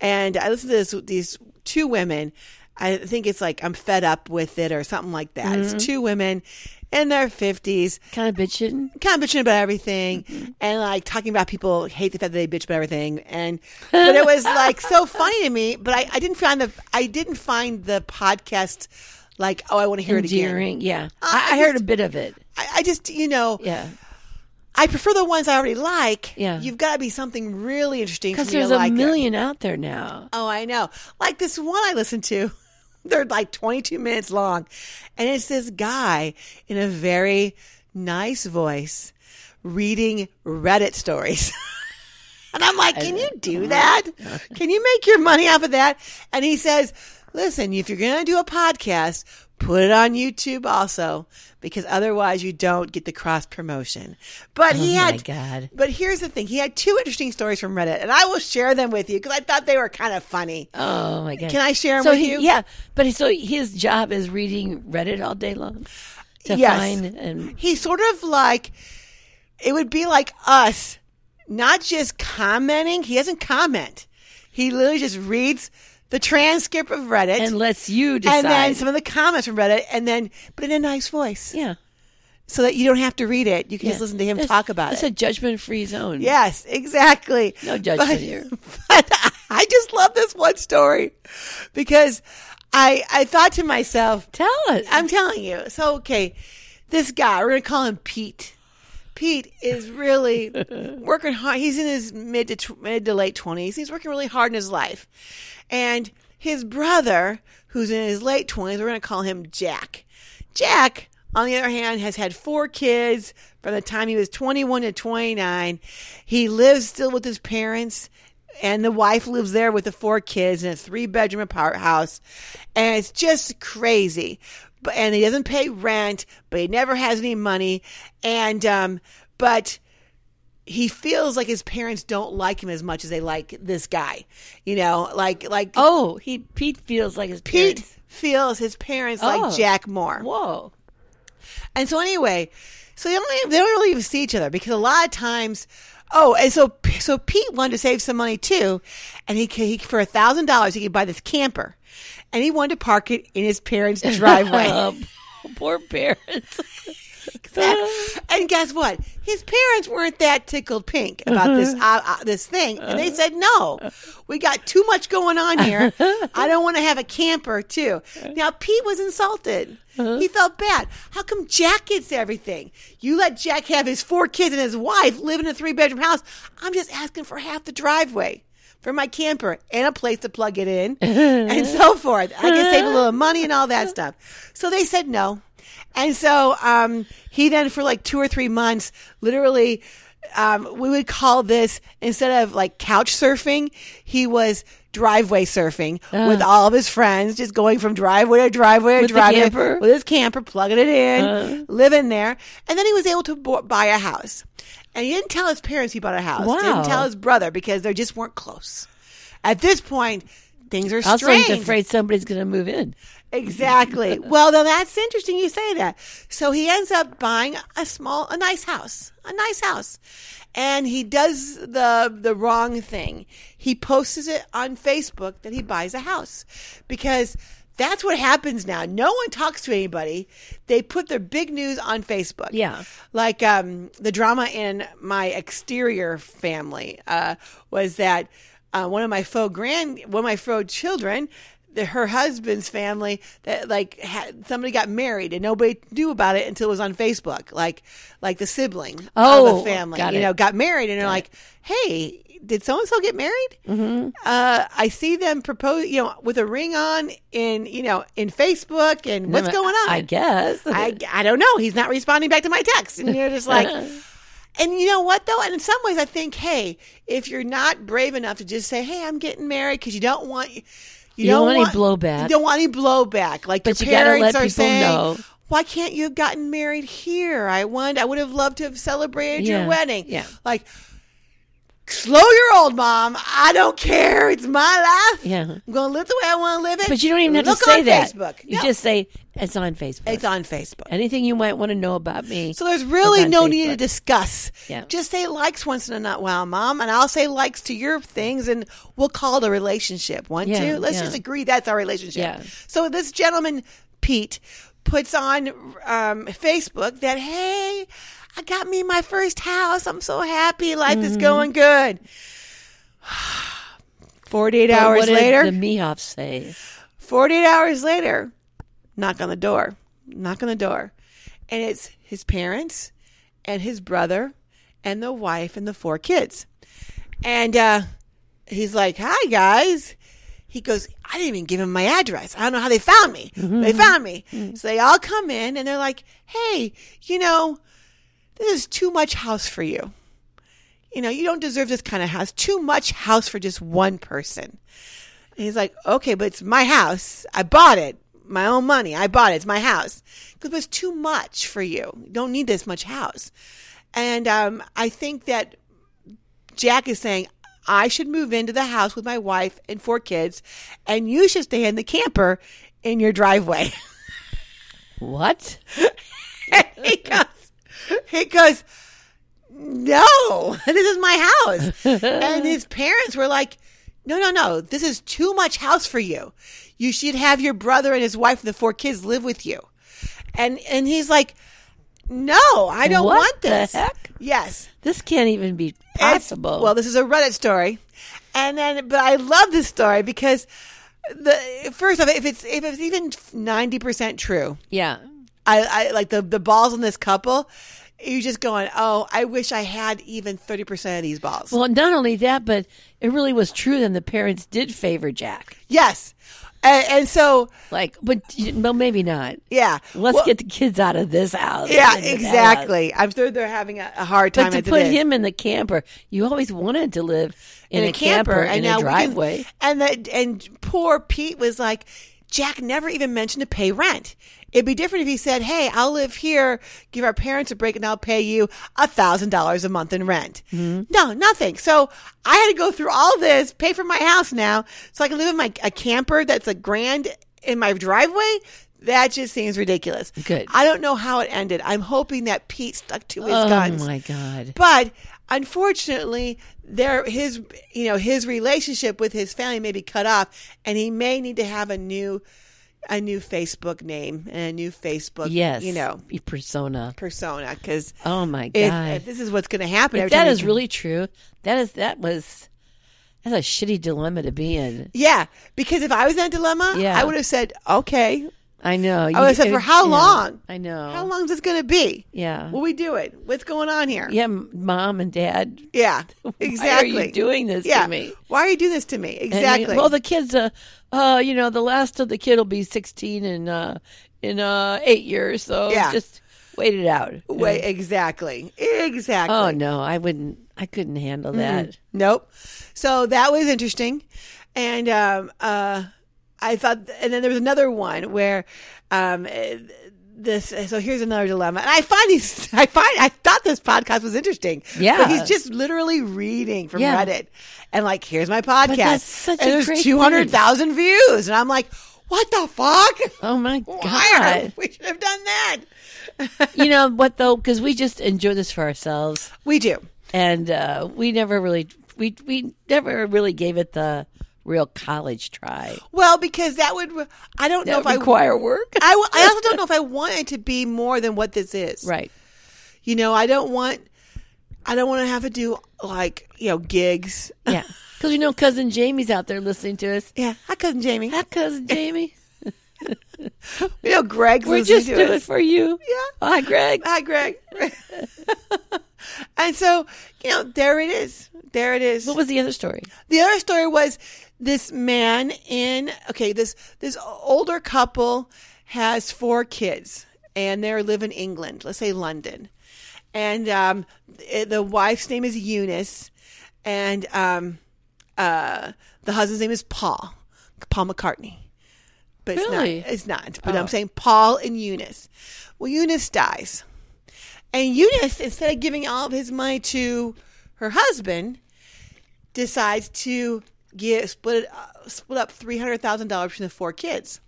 And I listened to this, these two women. I think it's like I'm fed up with it or something like that. Mm-hmm. It's two women in their fifties kind of bitching. kind of bitching about everything Mm-hmm. and like talking about people hate the fact that they bitch about everything and but it was like so funny to me but I, I didn't find the I didn't find the podcast like oh I want to hear it again Endearing. Yeah. I, I I heard a just- bit of it. I, I just you know Yeah. I prefer the ones I already like Yeah. you've got to be something really interesting for Because me there's to a like it. million out there now. Oh, I know. Like this one I listened to, they're like 22 minutes long. And it's this guy in a very nice voice reading Reddit stories. and I'm like, can you do that? Can you make your money off of that? And he says, listen, if you're going to do a podcast, put it on YouTube also, because otherwise you don't get the cross promotion. But he Oh, my had God. but here's the thing: he had two interesting stories from Reddit, and I will share them with you because I thought they were kind of funny. Oh my god! Uh, Can I share 'em so with he- you? Yeah, but he- so his job is reading Reddit all day long to Yes. find and He's sort of like it would be like us, not just commenting. He doesn't comment; he literally just reads the transcript of Reddit and and, lets you decide. then some of the comments from Reddit, and then but in a nice voice, yeah, so that you don't have to read it. You can yeah. just listen to him That's- talk about It's it. a judgment-free zone. Yes, exactly. No judgment But- here. But I just love this one story because I I thought to myself, tell us. I'm telling you. So okay, this guy, we're gonna call him Pete. Pete is really working hard. He's in his mid to tw- mid to late twenties. He's working really hard in his life, and his brother, who's in his late twenties, we're gonna call him Jack. Jack, on the other hand, has had four kids from the time he was 21 to 29. He lives still with his parents and the wife lives there with the four kids in a three bedroom apart house and it's just crazy but and he doesn't pay rent but he never has any money and um but he feels like his parents don't like him as much as they like this guy you know like like oh, he Pete feels like his pete parents- feels his parents like Oh. jack more Whoa, and so anyway, so they don't even, they don't really even see each other because a lot of times. Oh, and so so Pete wanted to save some money too, and he, could- he for a thousand dollars he could buy this camper, and he wanted to park it in his parents' driveway. Um, poor parents. and guess what? His parents weren't that tickled pink about this uh, uh, this thing, and they said, "No, we got too much going on here. I don't want to have a camper too." Now Pete was insulted. He felt bad. How come Jack gets everything? You let Jack have his four kids and his wife live in a three bedroom house. I'm just asking for half the driveway. For my camper and a place to plug it in and so forth. I can save a little money and all that stuff. So they said no. And so um, he then, for like two or three months, literally um, we would call this instead of like couch surfing, he was driveway surfing with all of his friends, just going from driveway to driveway to Uh-huh. With the driveway camper? Uh-huh. with his camper, plugging it in, living there, and then he was able to bo- buy a house. And he didn't tell his parents he bought a house. Didn't Wow. tell his brother because they just weren't close. At this point, things are Also, strange. he's afraid somebody's going to move in. Exactly. well, now that's interesting you say that. So he ends up buying a small, a nice house, a nice house. And he does the, the wrong thing. He posts it on Facebook that he buys a house because that's what happens now. No one talks to anybody. They put their big news on Facebook. Yeah. Like um, the drama in my exterior family uh, was that uh, one of my faux grand, one of my faux children, the, her husband's family, that like had, somebody got married and nobody knew about it until it was on Facebook. Like, like the sibling of Oh, a family, got you it. Mm-hmm. know, got married and they're like, hey. Did so and so get married? Uh, I see them propose, you know, with a ring on in, you know, in Facebook, and what's Then going on? I guess. I, I don't know. He's not responding back to my text. And you're just like, and you know what though? And in some ways, I think, hey, if you're not brave enough to just say, hey, I'm getting married, because you don't want, you, don't want any blowback. You don't want any blowback. Like But your you gotta parents let are people saying, know. why can't you have gotten married here? I want, I would have loved to have celebrated Yeah, your wedding. yeah. Like, slow your old mom. I don't care. It's my life. Yeah. I'm gonna live the way I want to live it. but you don't even have Look to say on that. Facebook. You No, just say it's on Facebook. it's on Facebook. Anything you might want to know about me. So there's really on no need to Facebook. discuss. Yeah. Just say likes once in a nut while, mom, and I'll say likes to your things, and we'll call it a relationship. One, Yeah, two. Let's yeah. just agree that's our relationship. Yeah. So this gentleman, Pete, puts on um, Facebook that hey, I got me my first house. I'm so happy. Life Mm-hmm. is going good. Forty-eight But hours what did later, the Mehoffs say? 48 hours later, knock on the door, knock on the door. And it's his parents and his brother and the wife and the four kids. And uh, he's like, Hi, guys. He goes, I didn't even give him my address. I don't know how they found me. They found me. So they all come in and they're like, Hey, you know, this is too much house for you. You know, you don't deserve this kind of house. Too much house for just one person. And he's like, okay, but it's my house. I bought it. My own money. I bought it. It's my house. Because it was too much for you. You don't need this much house. And um, I think that Jack is saying, I should move into the house with my wife and four kids, and you should stay in the camper in your driveway. What? he goes, he goes, no, this is my house. and his parents were like, no, no, no, this is too much house for you. You should have your brother and his wife and the four kids live with you. And and he's like, no, I don't What want the this. heck? Yes. This can't even be It's- possible. Well, this is a Reddit story, and then but I love this story because the first of it, if it's if it's even ninety percent true, yeah. I, I like the the balls on this couple. You're just going, oh, I wish I had even thirty percent of these balls. Well, not only that, but it really was true. Then the parents did favor Jack. yes, and, and so Like, but well, maybe not. yeah, Let's Well, get the kids out of this house. yeah, Into that house. exactly. I'm sure they're having a, a hard time But to as it put is. him in the camper, you always wanted to live in, in a, camper, in a we can- driveway. and that and poor Pete was like, Jack never even mentioned to pay rent. It'd be different if he said, "Hey, I'll live here, give our parents a break, and I'll pay you a thousand dollars a month in rent." Mm-hmm. No, nothing. So I had to go through all this, pay for my house now, so I can live in my a camper that's a grand in my driveway. That just seems ridiculous. Good. I don't know how it ended. I'm hoping that Pete stuck to his oh guns. my god! But unfortunately, there his you know his relationship with his family may be cut off, and he may need to have a new a new Facebook name and a new Facebook Yes, you know your persona. persona because Oh my if, god! if this is what's going to happen. every if that time is you- really true, that is that was that's a shitty dilemma to be in. yeah, because if I was in that dilemma, Yeah. I would have said okay. I know. You, I said, Oh, for how yeah, long? I know. How long is this going to be? Yeah. Will we do it? What's going on here? yeah, m- mom and dad. Yeah, exactly. Why are you doing this yeah. to me? Why are you doing this to me? And, you know, Exactly. well, the kids. Uh, uh, you know, the last of the kid will be sixteen in uh in uh eight years. So Yeah. just wait it out. Wait, exactly. Exactly. Mm. Oh no, I wouldn't. I couldn't handle that. Nope. So that was interesting, and um, uh, I thought, and then there was another one where um, eh, this. So here's another dilemma, and I find these. I find I thought this podcast was interesting. Yeah. but he's just literally reading from Yeah. Reddit, and like, here's my podcast. that's such and a there's great two hundred thousand views, and I'm like, what the fuck? Oh my Why god. are- we should have done that. you know what though? Because we just enjoy this for ourselves, We do. and uh, we never really we we never really gave it the real college try. Well, because that would. I don't know if I. require work, I, w- I also don't know if I want it to be more than what this is. right? You know, I don't want I don't want to have to do like, you know, gigs. Yeah, because you know, cousin Jamie's out there listening to us. Yeah. Hi cousin Jamie. Hi, cousin Jamie. You know, Greg's We're listening just to doing it us. for you. Yeah. Uh, Hi, Greg. Hi Greg. and so, you know, there it is. There it is. What was the other story? The other story was this man in okay, this this older couple has four kids and they live in England, let's say London. And um it- the wife's name is Eunice and um uh the husband's name is Paul, Paul McCartney. But it's Really? not it's not. But I'm saying Paul and Eunice. Well, Eunice dies. And Eunice, instead of giving all of his money to her husband, decides to give split it, uh, split up three hundred thousand dollars between the four kids.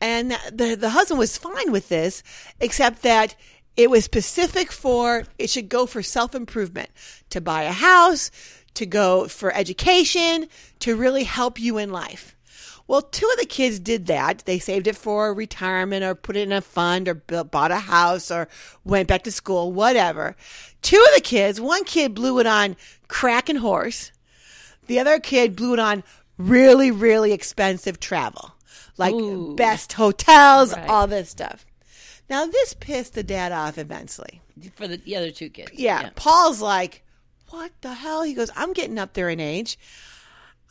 And the the husband was fine with this, except that it was specific for it should go for self improvement, to buy a house, to go for education, to really help you in life. Well, two of the kids did that. They saved it for retirement or put it in a fund or built, bought a house or went back to school, whatever. Two of the kids, one kid blew it on crack and horse. The other kid blew it on really, really expensive travel, like Ooh. best hotels, Right. all this stuff. Now, this pissed the dad off immensely. For the, the other two kids. Yeah. Paul's like, what the hell? He goes, I'm getting up there in age.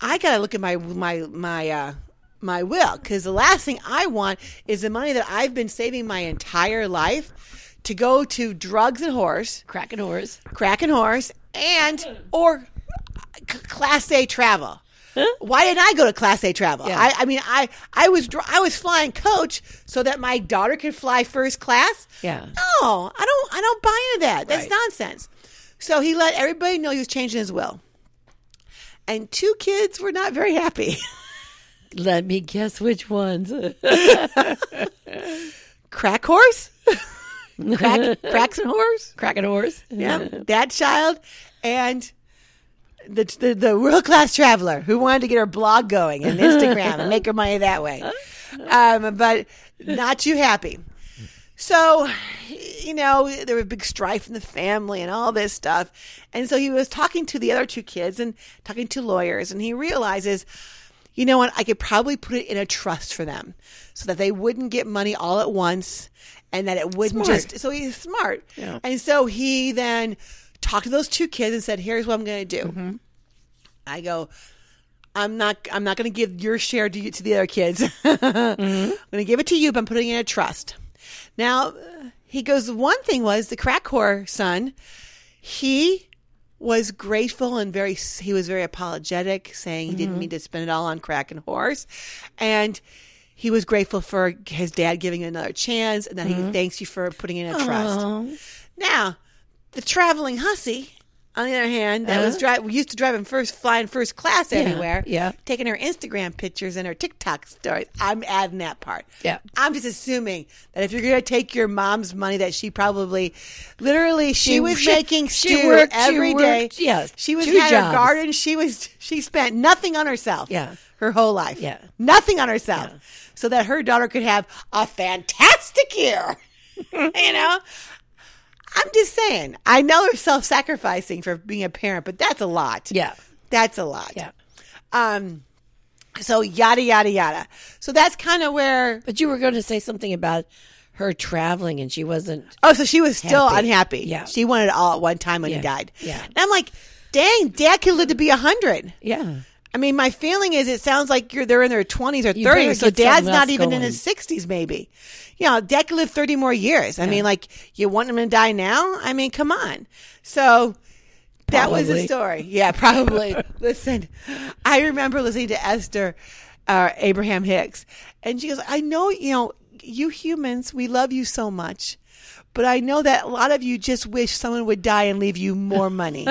I gotta look at my my my uh, my will because the last thing I want is the money that I've been saving my entire life to go to drugs and horse, Cracking horse. crack and horse, and or c- class A travel. Why didn't I go to class A travel? Yeah. I, I mean, I I was dr- I was flying coach so that my daughter could fly first class. Yeah. No, I don't. I don't buy into that. That's Right. nonsense. So he let everybody know he was changing his will, and two kids were not very happy. Let me guess which ones. Crack horse, crack cracks and horse. Cracking horse. Yeah, that child, and the the, the world class traveler who wanted to get her blog going and Instagram and make her money that way, um, but not too happy. So, you know, there was big strife in the family and all this stuff. And so he was talking to the other two kids and talking to lawyers, and he realizes, you know what, I could probably put it in a trust for them so that they wouldn't get money all at once and that it wouldn't Smart. just. So he's smart. Yeah. And so he then talked to those two kids and said, here's what I'm going to do. I go, I'm not. I'm not going to give your share to, you, to the other kids. I'm going to give it to you, but I'm putting it in a trust. Now, uh, he goes. One thing was the crack whore son. He was grateful and very. He was very apologetic, saying he didn't mean to spend it all on crack and horse, and he was grateful for his dad giving him another chance, and that he thanks you for putting it in a trust. Oh, Now, the traveling hussy, on the other hand, that was drive used to driving first, flying first class everywhere. Uh-huh. yeah. taking her Instagram pictures and her TikTok stories. I'm adding that part. Yeah. I'm just assuming that if you're going to take your mom's money, that she probably, literally, she, She- was she- making she stew worked- she every day. worked, yes, she was two had her jobs. garden. She was she spent nothing on herself. Yeah. her whole life. Yeah. nothing on herself, so that her daughter could have a fantastic year. you know. I'm just saying. I know they're self sacrificing for being a parent, but that's a lot. yeah. That's a lot. Yeah. Um so yada yada yada. So that's kind of where But you were going to say something about her traveling and she wasn't. Oh, so she was still Happy. unhappy. Yeah. She wanted it all at one time when he Yeah. died. Yeah. And I'm like, dang, dad could live to be a hundred. Yeah. I mean, my feeling is it sounds like you're they're in their 20s or You better 30s. So get dad's something not else even going. in his 60s, maybe. You know, dad could live 30 more years. I mean, like, you want him to die now? I mean, come on. So that was a Probably. story. Yeah, probably. Listen, I remember listening to Esther, uh, Abraham Hicks, and she goes, I know, you know, you humans, we love you so much. But I know that a lot of you just wish someone would die and leave you more money.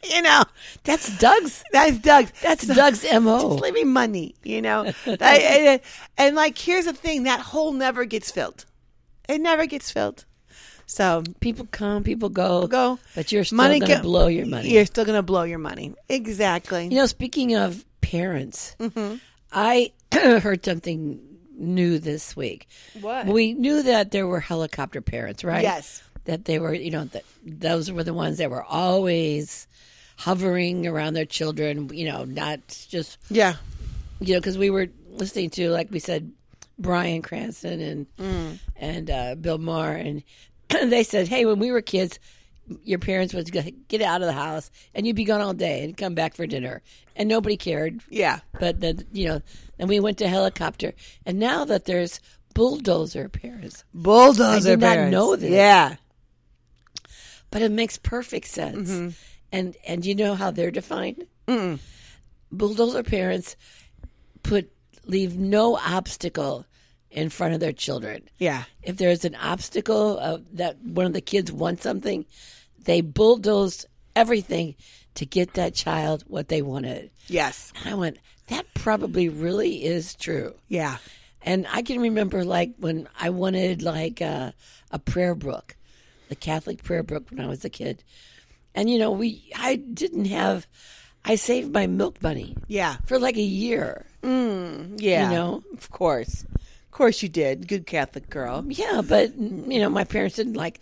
you know, That's Doug's. that's Doug's. That's Doug's Just mo. leave me money, you know. I- and, and, like, here's the thing: that hole never gets filled. It never gets filled. So People come, people go, Go. but you're still Money going to go- blow your money. you're still gonna blow your money. Exactly. You know, speaking of parents, Mm-hmm. I heard something new this week. What? We knew that there were helicopter parents, right? Yes. That they were, you know, that those were the ones that were always hovering around their children, you know, not just, yeah. you know, because we were listening to, like we said, Brian Cranston and and uh, Bill Maher, and they said, hey, when we were kids, your parents would go- get out of the house and you'd be gone all day and come back for dinner, and nobody cared Yeah. but then you know, and we went to helicopter, and now that there's bulldozer parents, Bulldozer. I did not parents. know this. Yeah. but it makes perfect sense. And and you know how they're defined? mm Bulldozer parents put leave no obstacle in front of their children. Yeah. If there's an obstacle uh, that one of the kids wants something, they bulldoze everything to get that child what they wanted. Yes. And I went, that probably really is true. Yeah. And I can remember like when I wanted like uh, a prayer book, the Catholic prayer book when I was a kid. And you know, we I didn't have I saved my milk money Yeah. for like a year. Yeah. You know? Of course. Of course you did. Good Catholic girl. Yeah, but you know, my parents didn't like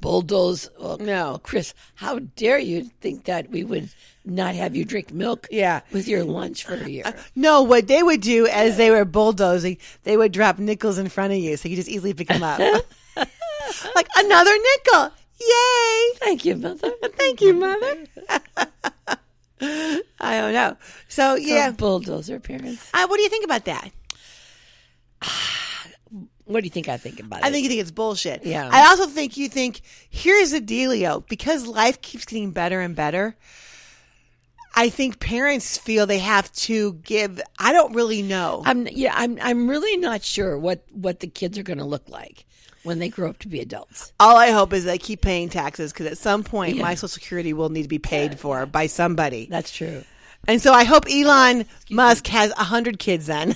bulldoze oh, No. Chris, how dare you think that we would not have you drink milk Yeah. with your lunch for a year. No, what they would do as they were bulldozing, they would drop nickels in front of you so you could just easily pick them up. like another nickel. Yay. Thank you, mother. Thank you, mother. I don't know. So, yeah. Yeah. Bulldozer parents. Uh, what do you think about that? What do you think I think about I it? think you think it's bullshit. Yeah. I also think you think here's the dealio because life keeps getting better and better. I think parents feel they have to give. I don't really know. I'm yeah, I'm I'm really not sure what what the kids are going to look like when they grow up to be adults. All I hope is they keep paying taxes because at some point Yeah. my Social Security will need to be paid for by somebody. That's true. And so I hope Elon Musk has a hundred kids then.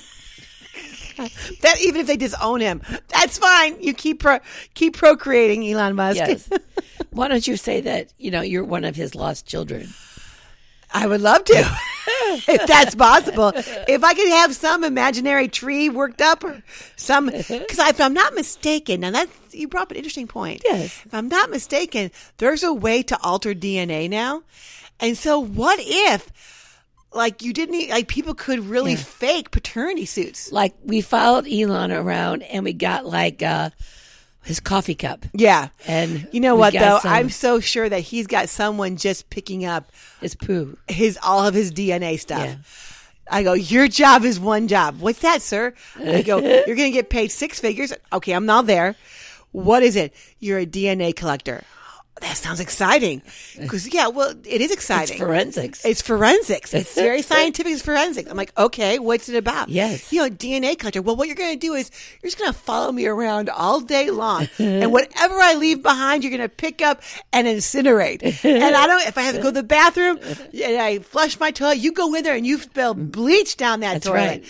that even if they disown him, that's fine. You keep pro- keep procreating, Elon Musk. Yes. Why don't you say that, you know, you're one of his lost children? I would love to. if that's possible. If I could have some imaginary tree worked up or some, because if I'm not mistaken, now that's, you brought up an interesting point. Yes. If I'm not mistaken, there's a way to alter DNA now. And so what if, like, you didn't, e- like, people could really fake paternity suits? Like we followed Elon around and we got like uh his coffee cup. Yeah. And You know we what, got though? some- I'm so sure that he's got someone just picking up his poo. his all of his DNA stuff. Yeah. I go, your job is one job. What's that, sir? I go, you're going to get paid six figures. Okay, I'm not there. What is it? You're a DNA collector. That sounds exciting. Because yeah, well, it is It's exciting. forensics. It's forensics. It's very scientific. It's forensic. I'm like, okay, what's it about? Yes. You know, DNA culture. Well, what you're going to do is you're just going to follow me around all day long. and whatever I leave behind, you're going to pick up and incinerate. and I don't, if I have to go to the bathroom and I flush my toilet, you go in there and you spill bleach down that toilet. right.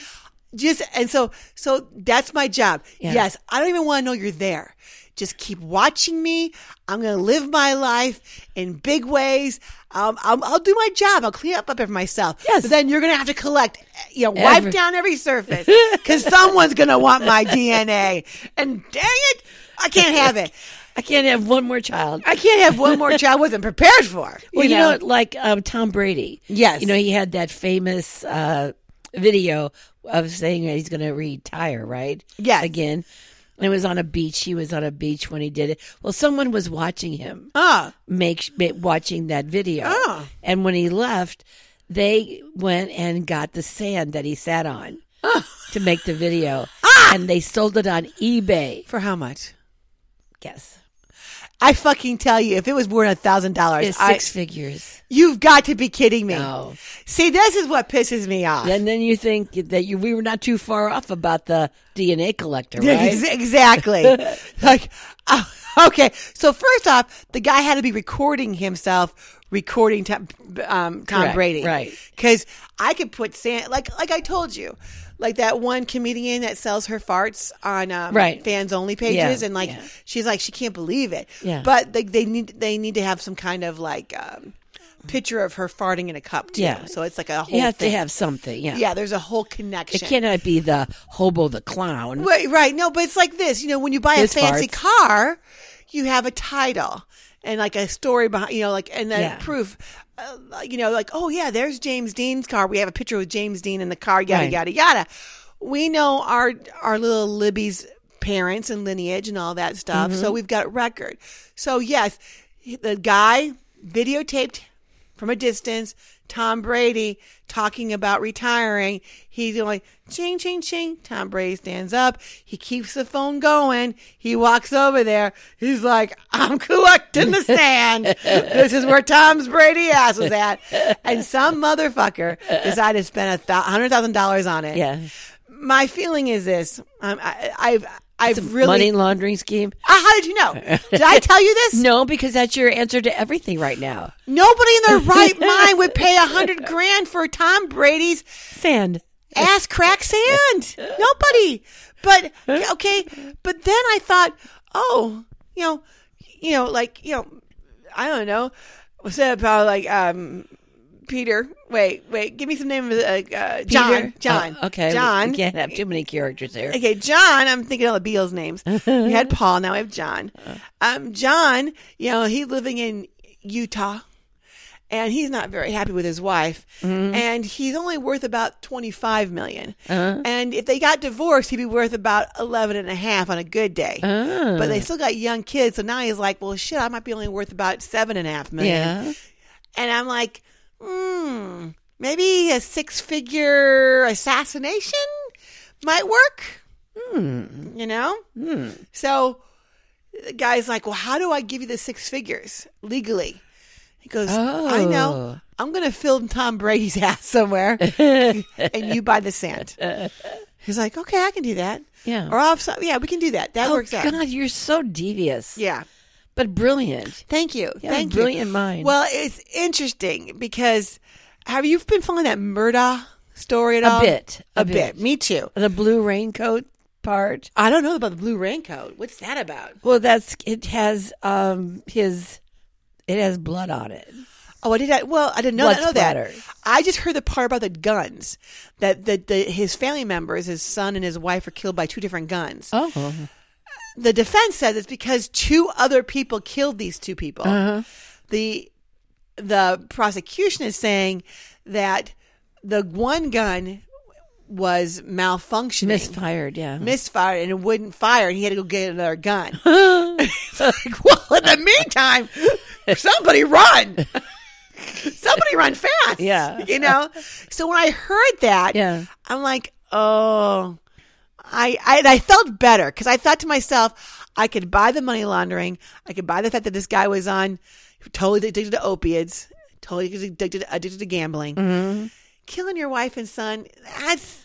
Just, and so, so that's my job. Yeah. Yes. I don't even want to know you're there. Just keep watching me. I'm going to live my life in big ways. Um, I'm, I'll do my job. I'll clean up after myself. Yes. But then you're going to have to collect, you know, wipe Every- down every surface because someone's going to want my DNA. And dang it, I can't have it. I can't have one more child. I can't have one more child I wasn't prepared for. Well, you know, like um, Tom Brady. Yes. You know, he had that famous uh, video of saying that he's going to retire, right? Yes. Again. And it was on a beach. He was on a beach when he did it. Well, someone was watching him, Ah, make, make watching that video. Oh. And when he left, they went and got the sand that he sat on to make the video, Ah! and they sold it on eBay. For how much? Guess I fucking tell you, if it was worth a thousand dollars, it's six figures. you've got to be kidding me. No. See, this is what pisses me off. And then you think that you, we were not too far off about the DNA collector, Yeah, right? ex- exactly. like, oh, okay. So first off, the guy had to be recording himself, recording Tom, um, Tom Correct, Brady, right. Because I could put sand, like, like I told you, like that one comedian that sells her farts on um, Right. fans only pages, Yeah, and like yeah. she's like she can't believe it. Yeah. But they, they need they need to have some kind of like um, picture of her farting in a cup too. Yeah. So it's like a whole You have thing. to have something. Yeah. yeah, there's a whole connection. It cannot be the hobo the clown. Right, right. No, but it's like this. You know, when you buy His a fancy farts. car, you have a title and like a story behind. You know, like and then Yeah. proof. Uh, you know, like oh yeah, there's James Dean's car. We have a picture with James Dean in the car. Yada Right. yada yada. We know our our little Libby's parents and lineage and all that stuff. Mm-hmm. So we've got record. So yes, the guy videotaped from a distance. Tom Brady talking about retiring. He's going ching ching ching. Tom Brady stands up. He keeps the phone going. He walks over there. He's like, "I'm collecting the sand. this is where Tom's Brady ass was at." And some motherfucker decided to spend a hundred thousand dollars on it. Yeah. My feeling is this: um, I, I've I've really. Money laundering scheme. Ah, how did you know? Did I tell you this? No, because that's your answer to everything right now. Nobody in their right mind would pay a hundred grand for Tom Brady's Sand. ass crack sand. Nobody. But okay, but then I thought, oh, you know, you know, like you know, I don't know. Was that about like um, Peter? Wait, wait, give me some name of uh, uh, John. Peter. John. Oh, okay. John. We can't have too many characters there. Okay, John. I'm thinking all the Beatles names. we had Paul. Now we have John. Um, John. You know, he's living in Utah, and he's not very happy with his wife, Mm-hmm. and he's only worth about twenty five million. Uh-huh. And if they got divorced, he'd be worth about eleven and a half on a good day. But Ah. they still got young kids, so now he's like, well, shit, I might be only worth about seven and a half million. Yeah. And I'm like, hmm, maybe a six figure assassination might work. Hmm. You know? Hmm. So the guy's like, well, how do I give you the six figures legally? He goes, I know. Oh. I'm going to film Tom Brady's ass somewhere and you buy the sand. He's like, okay, I can do that. Yeah. Or offside. Yeah, we can do that. That Oh, works out. God, you're so devious, Yeah. but brilliant. Thank you. Yeah, Thank you. brilliant mind. Well, it's interesting because have you been following that Murdaugh story at A all? bit, Um, A, a bit. bit. Me too. The blue raincoat part. I don't know about the blue raincoat. What's that about? Well, that's it has um his it has blood on it. Oh, I did. I, well, I didn't know, Blood that, know that. splatter. I just heard the part about the guns that the, the his family members, his son and his wife, were killed by two different guns. Oh. the defense says it's because two other people killed these two people. The the prosecution is saying that the one gun was malfunctioning, Misfired, yeah. misfired, and it wouldn't fire, and he had to go get another gun. It's like, well, in the meantime, somebody run. Somebody run fast. Yeah. You know? So when I heard that, Yeah. I'm like, oh, I, I, and I felt better because I thought to myself, I could buy the money laundering. I could buy the fact that this guy was on totally addicted to opiates, totally addicted, addicted to gambling. Mm-hmm. Killing your wife and son, that's,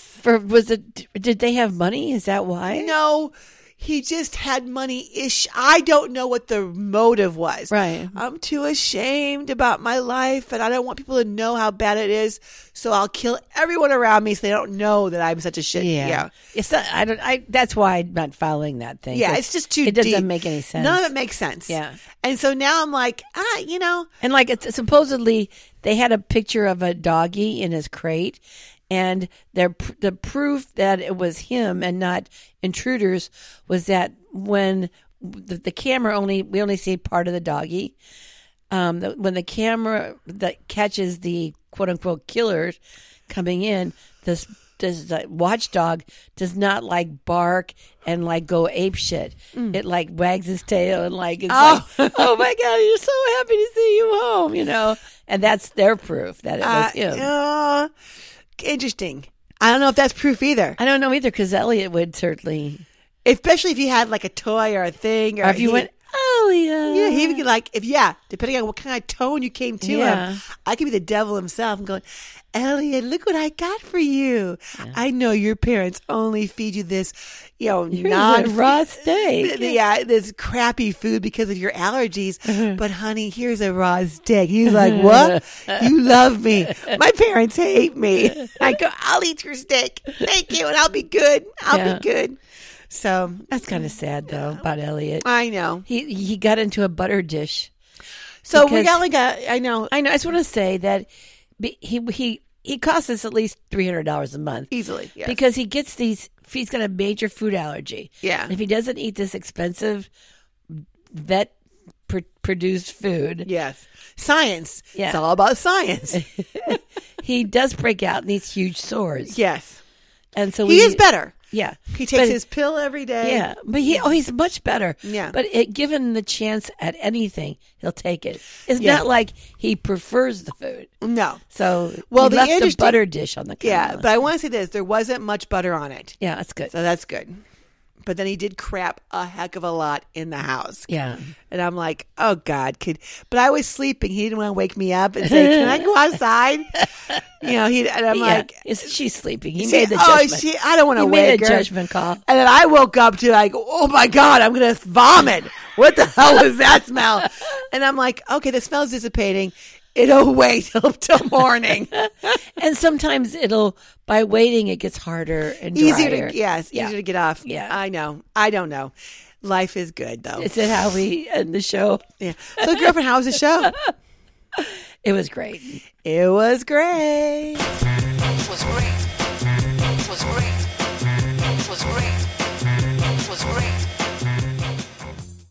For was it did they have money? Is that why? no, he just had money ish. I don't know what the motive was. Right. I'm too ashamed about my life and I don't want people to know how bad it is. So I'll kill everyone around me so they don't know that I'm such a shit. Yeah. It's not, I don't I that's why I'm not following that thing. Yeah, it's just too It doesn't deep. make any sense. None of it makes sense. Yeah. And so now I'm like, ah, you know, And like it's supposedly they had a picture of a doggy in his crate and their the proof that it was him and not intruders was that when the, the camera only we only see part of the doggy um, the, when the camera that catches the quote unquote killers coming in, this does the watchdog does not like bark and like go ape shit. It like wags its tail and like it's Mm. Oh. like, oh my god, you're so happy to see you home, you know. And that's their proof that it Uh, was him. uh, interesting. I don't know if that's proof either. I don't know either because Elliot would certainly. Especially if you had like a toy or a thing, or, Or if you Uh, he- went, Elliot, Yeah, he would get like if yeah, depending on what kind of tone you came to Mm. Yeah. him, I could be the devil himself and going, Elliot, look what I got for you. I know your parents only feed you this, you know, Here's a non raw steak. yeah, this crappy food because of your allergies. Uh-huh. But honey, here's a raw steak. He's like, What? you love me. My parents hate me. I go, I'll eat your steak. Thank you, and I'll be good. I'll Yeah. be good. So That's kind of sad though about Elliot. I know. He he got into a butter dish. So we Because- got like a I know I know. I just want to say that be- he he he costs us at least three hundred dollars a month easily. Yes. because he gets these. He's got a major food allergy. Yeah. And if he doesn't eat this expensive vet pr- produced food, Yes. Science. Yeah. It's all about science. he does break out in these huge sores. yes. And so He we, is better. Yeah. He takes But- his pill every day. Yeah, but he oh he's much better. Yeah. but it, given the chance at anything, he'll take it. It's Yeah. not like he prefers the food. No. So Well, well, the left a interesting- butter dish on the Yeah. canola. But I want to say this there wasn't much butter on it. yeah, that's good. So that's good. But then he did crap a heck of a lot in the house. Yeah, And I'm like, oh God, could but I was sleeping. He didn't want to wake me up and say, Can I go outside? you know, he and I'm yeah. like It's- she's sleeping. He she- made the oh, judgment. she, I don't want to he wake made a her. judgment call. And then I woke up to like, oh my god, I'm gonna vomit. What the hell was that smell? And I'm like, okay, the smell's dissipating. It'll wait till, till morning. And sometimes it'll by waiting it gets harder and easier drier. to yes, Yeah. easier to get off. Yeah. I know. I don't know. Life is good though. Is it how we end the show? yeah. So, girlfriend, how was the show? It was great. It was great. was great. was great. was great. was great.